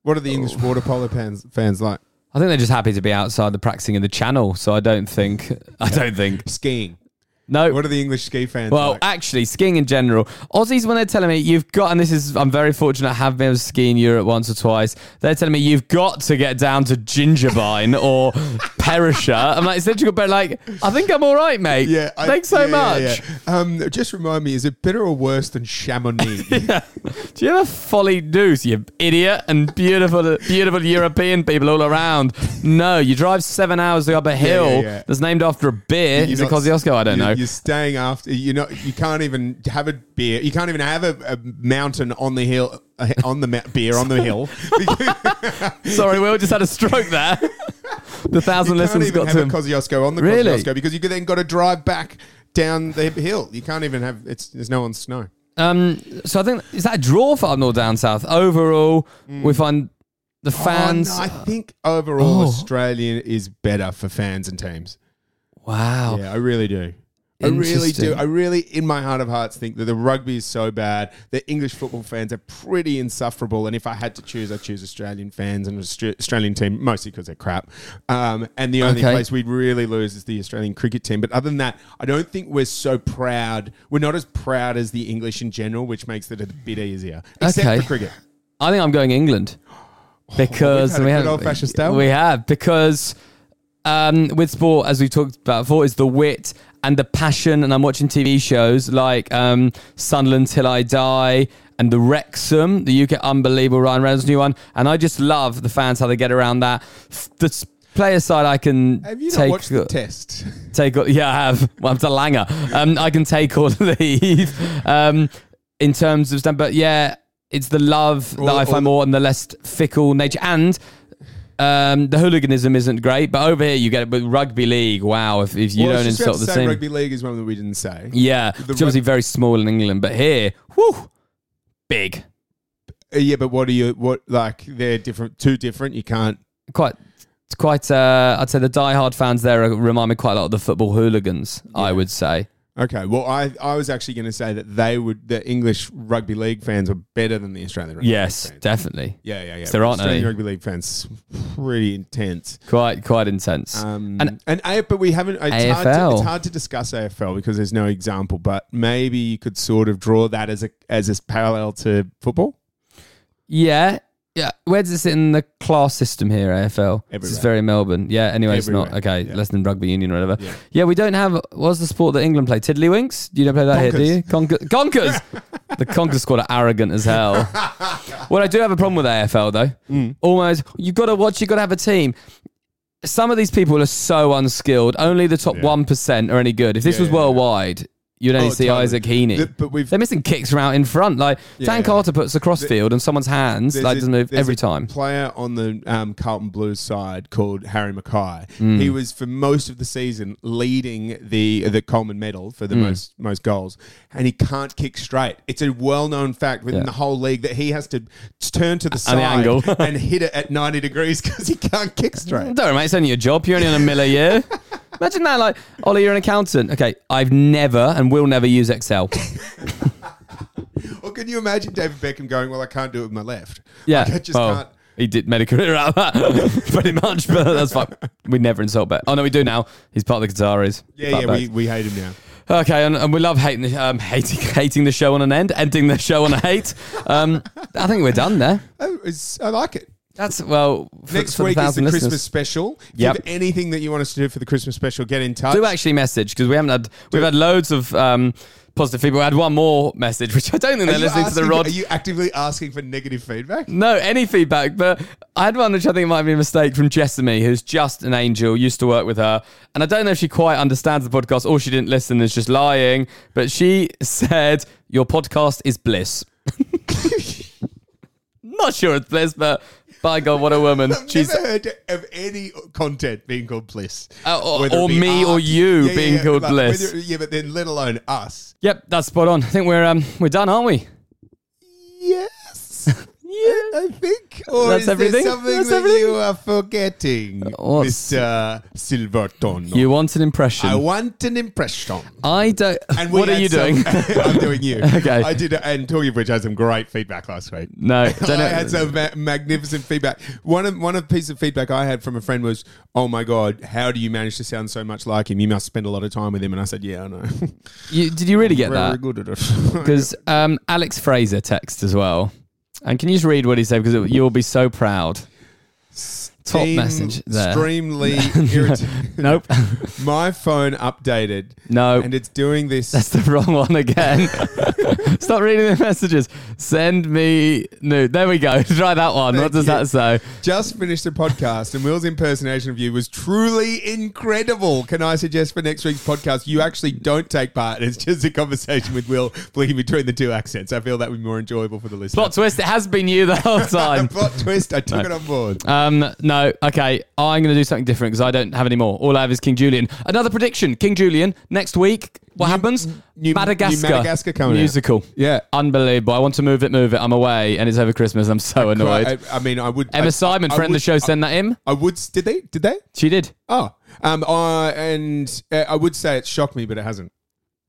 Speaker 3: What are the English
Speaker 2: Oh.
Speaker 3: water polo fans fans like?
Speaker 2: I think they're just happy to be outside the practicing of the channel. So I don't think. I don't think.
Speaker 3: Skiing.
Speaker 2: No.
Speaker 3: What are the English ski fans
Speaker 2: Well,
Speaker 3: like?
Speaker 2: actually, skiing in general. Aussies, when they're telling me you've got, and this is, I'm very fortunate, I have been able to ski in Europe once or twice. They're telling me you've got to get down to Gingerbine
Speaker 3: [LAUGHS]
Speaker 2: or Perisher. I'm like, it's literally got better. Like, I think I'm all right, mate.
Speaker 3: I-
Speaker 2: Thanks so
Speaker 3: yeah,
Speaker 2: much.
Speaker 3: yeah, yeah. Um, just remind me, is it better or worse
Speaker 2: [LAUGHS]
Speaker 3: than Chamonix?
Speaker 2: Do you have a folly deuce, you idiot? And beautiful, beautiful European people all around. No, you drive seven hours to go up a hill
Speaker 3: yeah.
Speaker 2: that's named after a beer.
Speaker 3: You're
Speaker 2: Is it
Speaker 3: not-
Speaker 2: Kosciuszko? I don't
Speaker 3: you're-
Speaker 2: know.
Speaker 3: You're staying after. You're not. You can't even have a beer. You can't even have a, a mountain on the hill. uh, On the ma- beer on the
Speaker 2: [LAUGHS]
Speaker 3: hill. [LAUGHS]
Speaker 2: Sorry, we all just had a stroke there. [LAUGHS] the thousand
Speaker 3: you can't
Speaker 2: listens
Speaker 3: even
Speaker 2: got
Speaker 3: have
Speaker 2: to
Speaker 3: a
Speaker 2: him.
Speaker 3: Kosciuszko on the
Speaker 2: Really?
Speaker 3: Kosciuszko because you could then got to drive back down the hill. You can't even have. It's there's no on snow.
Speaker 2: Um, so I think is that a draw for up north down south overall.
Speaker 3: Mm.
Speaker 2: We find the fans.
Speaker 3: Oh, no, I Um, think overall
Speaker 2: Oh.
Speaker 3: Australian is better for fans and teams.
Speaker 2: Wow.
Speaker 3: Yeah, I really do. Oh. I really do.
Speaker 2: Interesting.
Speaker 3: I really, in my heart of hearts, think that the rugby is so bad. The English football fans are pretty insufferable. And if I had to choose, I'd choose Australian fans and Austra- Australian team, mostly because they're crap. Um, and the only
Speaker 2: Okay.
Speaker 3: place we'd really lose is the Australian cricket team. But other than that, I don't think we're so proud. We're not as proud as the English in general, which makes it a bit easier. Except
Speaker 2: Okay.
Speaker 3: for cricket.
Speaker 2: I think I'm going
Speaker 3: [GASPS]
Speaker 2: England because
Speaker 3: Oh, We've
Speaker 2: we
Speaker 3: had a good
Speaker 2: have
Speaker 3: old-fashioned style.
Speaker 2: We have because um, with sport, as we talked about before, is the wit and the passion. And I'm watching TV shows like um, Sunderland Till I Die and the Wrexham, the UK unbelievable Ryan Reynolds new one. And I just love the fans how they get around that. The s- player side, I can
Speaker 3: Have you not
Speaker 2: take
Speaker 3: watched the test?
Speaker 2: take all, [LAUGHS] yeah, I have. Well, I'm to Langer. Um, I can take or [LAUGHS] leave. Um, in terms of stuff, but yeah, it's the love that
Speaker 3: Or-
Speaker 2: I
Speaker 3: or-
Speaker 2: find more and the less fickle nature and. Um, the hooliganism isn't great, but over here you get it with rugby league. Wow, if, if you
Speaker 3: Well, I
Speaker 2: don't
Speaker 3: was just about
Speaker 2: insult
Speaker 3: to
Speaker 2: the
Speaker 3: say
Speaker 2: team,
Speaker 3: Rugby league is one that we didn't say.
Speaker 2: yeah, it's obviously
Speaker 3: rug-
Speaker 2: very small in England, but here, whew, big,
Speaker 3: Uh, Yeah, but what are you? What like they're different? Too different. You can't.
Speaker 2: quite, it's quite. Uh, I'd say the diehard fans there are, remind me quite a lot of the football hooligans. I would say.
Speaker 3: Okay. Well, I I was actually going to say that they would. The English rugby league fans are better than the Australian. Rugby
Speaker 2: Yes,
Speaker 3: League fans.
Speaker 2: definitely,
Speaker 3: Yeah, yeah, yeah.
Speaker 2: there aren't
Speaker 3: Australian
Speaker 2: any.
Speaker 3: rugby league fans pretty intense.
Speaker 2: quite, quite intense.
Speaker 3: Um,
Speaker 2: And-
Speaker 3: and A- but we haven't. It's hard, to,
Speaker 2: AFL.
Speaker 3: it's hard to discuss AFL because there's no example. But maybe you could sort of draw that as a as a parallel to football.
Speaker 2: Yeah. Yeah. Where does it sit in the class system here, AFL? This is
Speaker 3: Everywhere.
Speaker 2: very Melbourne. Yeah, anyway, it's not.
Speaker 3: Everywhere.
Speaker 2: Okay,
Speaker 3: Yeah.
Speaker 2: less than rugby union or whatever.
Speaker 3: Yeah.
Speaker 2: Yeah, we don't have. What's the sport that England play? Tiddlywinks? You don't play that here, do you? Conkers. Conkers!
Speaker 3: [LAUGHS]
Speaker 2: the Conkers squad are arrogant as hell. what I do have a problem with AFL, though,
Speaker 3: Mm.
Speaker 2: almost, you've got to watch, you've got to have a team. Some of these people are so unskilled. Only the top
Speaker 3: Yeah.
Speaker 2: 1% are any good. If this
Speaker 3: Yeah,
Speaker 2: was
Speaker 3: yeah, yeah.
Speaker 2: worldwide, you'd only
Speaker 3: Oh,
Speaker 2: see
Speaker 3: totally.
Speaker 2: Isaac Heaney.
Speaker 3: Th- But we've
Speaker 2: They're missing kicks from out in front. Like Dan
Speaker 3: yeah.
Speaker 2: Carter puts a cross field and someone's hands
Speaker 3: There's
Speaker 2: like
Speaker 3: a-
Speaker 2: doesn't move
Speaker 3: there's
Speaker 2: every
Speaker 3: a
Speaker 2: time.
Speaker 3: Player on the um, Carlton Blues side called Harry Mackay.
Speaker 2: Mm.
Speaker 3: He was for most of the season leading the the Coleman Medal for the
Speaker 2: Mm.
Speaker 3: most most goals, and he can't kick straight. It's a well known fact within
Speaker 2: Yeah.
Speaker 3: the whole league that he has to turn to the
Speaker 2: And the
Speaker 3: side
Speaker 2: angle.
Speaker 3: [LAUGHS]
Speaker 2: [LAUGHS]
Speaker 3: and hit it at ninety degrees because he can't kick straight.
Speaker 2: Don't worry, mate. It's only your job. You're only on a mill a
Speaker 3: [LAUGHS]
Speaker 2: year. Imagine that. Like Ollie, you're an accountant. Okay, I've never and will never use
Speaker 3: [LAUGHS]
Speaker 2: Excel.
Speaker 3: Or can you imagine David Beckham going, "Well, I can't do it with my left.
Speaker 2: [LAUGHS] Yeah.
Speaker 3: Like, I just
Speaker 2: Well,
Speaker 3: can't."
Speaker 2: He did made a career out of that, [LAUGHS] pretty much. But that's fine. We never insult Bet. Oh no, we do now. He's part of the Qataris.
Speaker 3: Yeah,
Speaker 2: Fuck
Speaker 3: yeah,
Speaker 2: Bet.
Speaker 3: we, we hate him now.
Speaker 2: Okay, and, and we love hating, the- um, hating, [LAUGHS] hating the show on an end, ending the show on a hate. Um, I think we're done there.
Speaker 3: Oh, it's, I like it.
Speaker 2: That's well. For,
Speaker 3: Next
Speaker 2: for
Speaker 3: week
Speaker 2: the
Speaker 3: is the
Speaker 2: thousand listeners.
Speaker 3: Christmas special.
Speaker 2: Yep.
Speaker 3: If you have anything that you want us to do for the Christmas special, get in touch.
Speaker 2: do actually message because we haven't had we've had loads of um, positive feedback. We had one more message, which I don't think
Speaker 3: Are
Speaker 2: they're
Speaker 3: you
Speaker 2: listening to
Speaker 3: asking-
Speaker 2: the rod.
Speaker 3: Are you actively asking for negative feedback?
Speaker 2: no, any feedback, but I had one which I think might be a mistake from Jessamy, who's just an angel, used to work with her. And I don't know if she quite understands the podcast or she didn't listen, is just lying. But she said, Your podcast is bliss. [LAUGHS] Not sure it's bliss, but by God, what a
Speaker 3: [LAUGHS]
Speaker 2: woman.
Speaker 3: [LAUGHS] I've
Speaker 2: She's
Speaker 3: never heard of any content being called bliss.
Speaker 2: Uh, or-
Speaker 3: Whether it
Speaker 2: or
Speaker 3: be
Speaker 2: me or you being called
Speaker 3: like,
Speaker 2: bliss.
Speaker 3: whether- yeah, but then let alone us.
Speaker 2: Yep, that's spot on. I think we're um we're done, aren't we?
Speaker 3: [LAUGHS] Yes. I I think. Or
Speaker 2: That's
Speaker 3: is there
Speaker 2: everything?
Speaker 3: something
Speaker 2: That's
Speaker 3: that
Speaker 2: everything?
Speaker 3: you are forgetting,
Speaker 2: Oh,
Speaker 3: Mr. Silverton?
Speaker 2: You want an impression.
Speaker 3: I
Speaker 2: I
Speaker 3: want an impression.
Speaker 2: don't.
Speaker 3: we
Speaker 2: what are
Speaker 3: had
Speaker 2: you
Speaker 3: some- [LAUGHS]
Speaker 2: doing?
Speaker 3: I'm doing you.
Speaker 2: [LAUGHS] Okay.
Speaker 3: I did, and talking of which, I had some great feedback last week. [LAUGHS]
Speaker 2: No, don't know.
Speaker 3: I had some ma- magnificent feedback. One of one of piece of feedback I had from a friend was, "Oh my god, how do you manage to sound so much like him? You must spend a lot of time with him." And I said, "Yeah, I know.
Speaker 2: You, did you really [LAUGHS] get
Speaker 3: Very
Speaker 2: that?
Speaker 3: good at it."
Speaker 2: Because um, Alex Fraser texts as well. And can you just read what he said? Because you'll be so
Speaker 3: [LAUGHS]
Speaker 2: proud. Top
Speaker 3: Team
Speaker 2: message there. [LAUGHS]
Speaker 3: Extremely irritating.
Speaker 2: Nope. [LAUGHS]
Speaker 3: My phone updated.
Speaker 2: No.
Speaker 3: and it's doing this.
Speaker 2: That's the wrong one
Speaker 3: [LAUGHS]
Speaker 2: again. Stop reading the messages. Send me new. There we go. [LAUGHS] Try that one. what
Speaker 3: Thank
Speaker 2: does
Speaker 3: you.
Speaker 2: that say?
Speaker 3: Just finished a podcast, and Will's impersonation of you was truly incredible. Can I suggest for next week's podcast, you actually don't take part? It's just a conversation with Will, blinking between the two accents. I feel that would be more enjoyable for the listener.
Speaker 2: Plot twist. It has been you the
Speaker 3: [LAUGHS]
Speaker 2: whole time.
Speaker 3: Plot twist. I took it on board.
Speaker 2: Um, no, okay. I'm going to do something different because I don't have any more. All I have is King Julian. Another prediction King Julian next week. What happens?
Speaker 3: New-
Speaker 2: Madagascar.
Speaker 3: New Madagascar coming out.
Speaker 2: Musical.
Speaker 3: Yeah.
Speaker 2: Unbelievable. I want to move it, move it. I'm away and it's over Christmas. I'm
Speaker 3: [LAUGHS]
Speaker 2: so annoyed.
Speaker 3: I, I mean, I would.
Speaker 2: Emma
Speaker 3: I-
Speaker 2: Simon,
Speaker 3: I
Speaker 2: friend of the
Speaker 3: would-
Speaker 2: show, send that in.
Speaker 3: I would. Did they? Did they?
Speaker 2: She did.
Speaker 3: Oh, um, uh, and uh, I would say it shocked me, but it hasn't.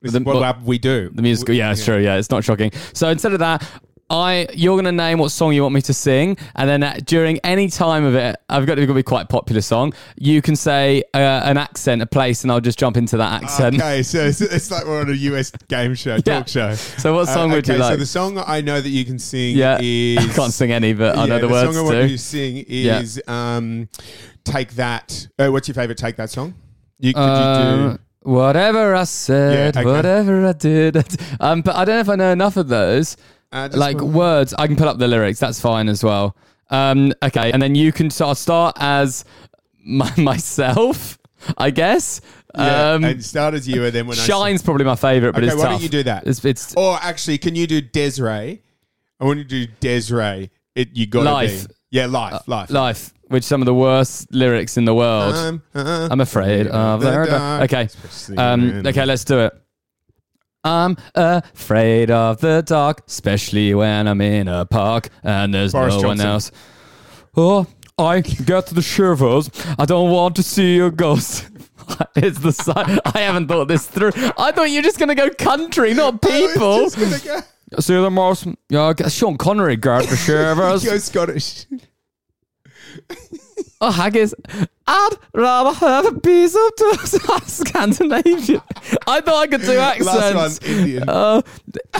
Speaker 3: This
Speaker 2: The-
Speaker 3: is what
Speaker 2: what-
Speaker 3: we do.
Speaker 2: The musical. Yeah, it's true. Yeah, it's not shocking. So instead of that, I you're gonna name what song you want me to sing, and then uh, during any time of it, I've got to be quite a popular song. You can say uh, an accent, a place, and I'll just jump into that accent.
Speaker 3: Okay, so it's, it's like we're on a US game show,
Speaker 2: [LAUGHS]
Speaker 3: talk
Speaker 2: Yeah.
Speaker 3: show. Uh,
Speaker 2: So what song would you
Speaker 3: So
Speaker 2: like?
Speaker 3: the song I know that you can sing
Speaker 2: Yeah, [LAUGHS]
Speaker 3: is.
Speaker 2: I can't sing any, but I know
Speaker 3: Yeah,
Speaker 2: the words
Speaker 3: song I want you
Speaker 2: too. [LAUGHS]
Speaker 3: to sing is um, "Take That." Uh, what's your favorite "Take That" song? You, could you do?
Speaker 2: Um, whatever I said,
Speaker 3: Yeah, okay.
Speaker 2: whatever I did, I did. Um, but I don't know if I know enough of those.
Speaker 3: Uh, just
Speaker 2: like
Speaker 3: one.
Speaker 2: words, I can pull up the lyrics. That's fine as well. Um, okay, and then you can start start as my, [LAUGHS] myself, I guess.
Speaker 3: Yeah,
Speaker 2: Um,
Speaker 3: and start as you, and then when I sing-
Speaker 2: Shine's probably my favorite, but
Speaker 3: Okay,
Speaker 2: it's
Speaker 3: why don't
Speaker 2: tough.
Speaker 3: you do that?
Speaker 2: It's, it's
Speaker 3: Or actually, can you do Desiree? I want you to do Desiree. It you got
Speaker 2: Life. Uh,
Speaker 3: Be. Yeah, life, life,
Speaker 2: life, which some of the worst lyrics in the world.
Speaker 3: Um, uh,
Speaker 2: I'm afraid of the
Speaker 3: The
Speaker 2: dark.
Speaker 3: dark.
Speaker 2: Okay.
Speaker 3: Especially
Speaker 2: Um,
Speaker 3: when-
Speaker 2: okay, let's do it. I'm afraid of the dark, especially when I'm in a park and there's
Speaker 3: Boris
Speaker 2: no one
Speaker 3: Johnson.
Speaker 2: else. Oh, I get the shivers. I don't want to see a ghost. [LAUGHS] it's the sun. I haven't thought this through. I thought you're just gonna go country, not people.
Speaker 3: It's just gonna
Speaker 2: See the most. Yeah, I guess Sean Connery got
Speaker 3: [LAUGHS]
Speaker 2: the
Speaker 3: go-
Speaker 2: shivers.
Speaker 3: [LAUGHS] Go Scottish.
Speaker 2: Oh, haggis. I'd rather have a piece of toast. I'm Scandinavian. I thought I could do accents.
Speaker 3: Last one's Indian.
Speaker 2: Uh,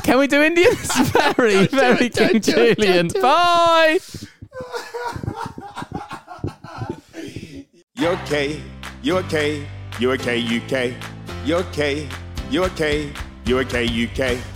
Speaker 2: can we do Indian? [LAUGHS] It's very, very King Julian. Bye.
Speaker 1: You okay? You okay? You okay? UK? You okay? You okay? You okay? UK?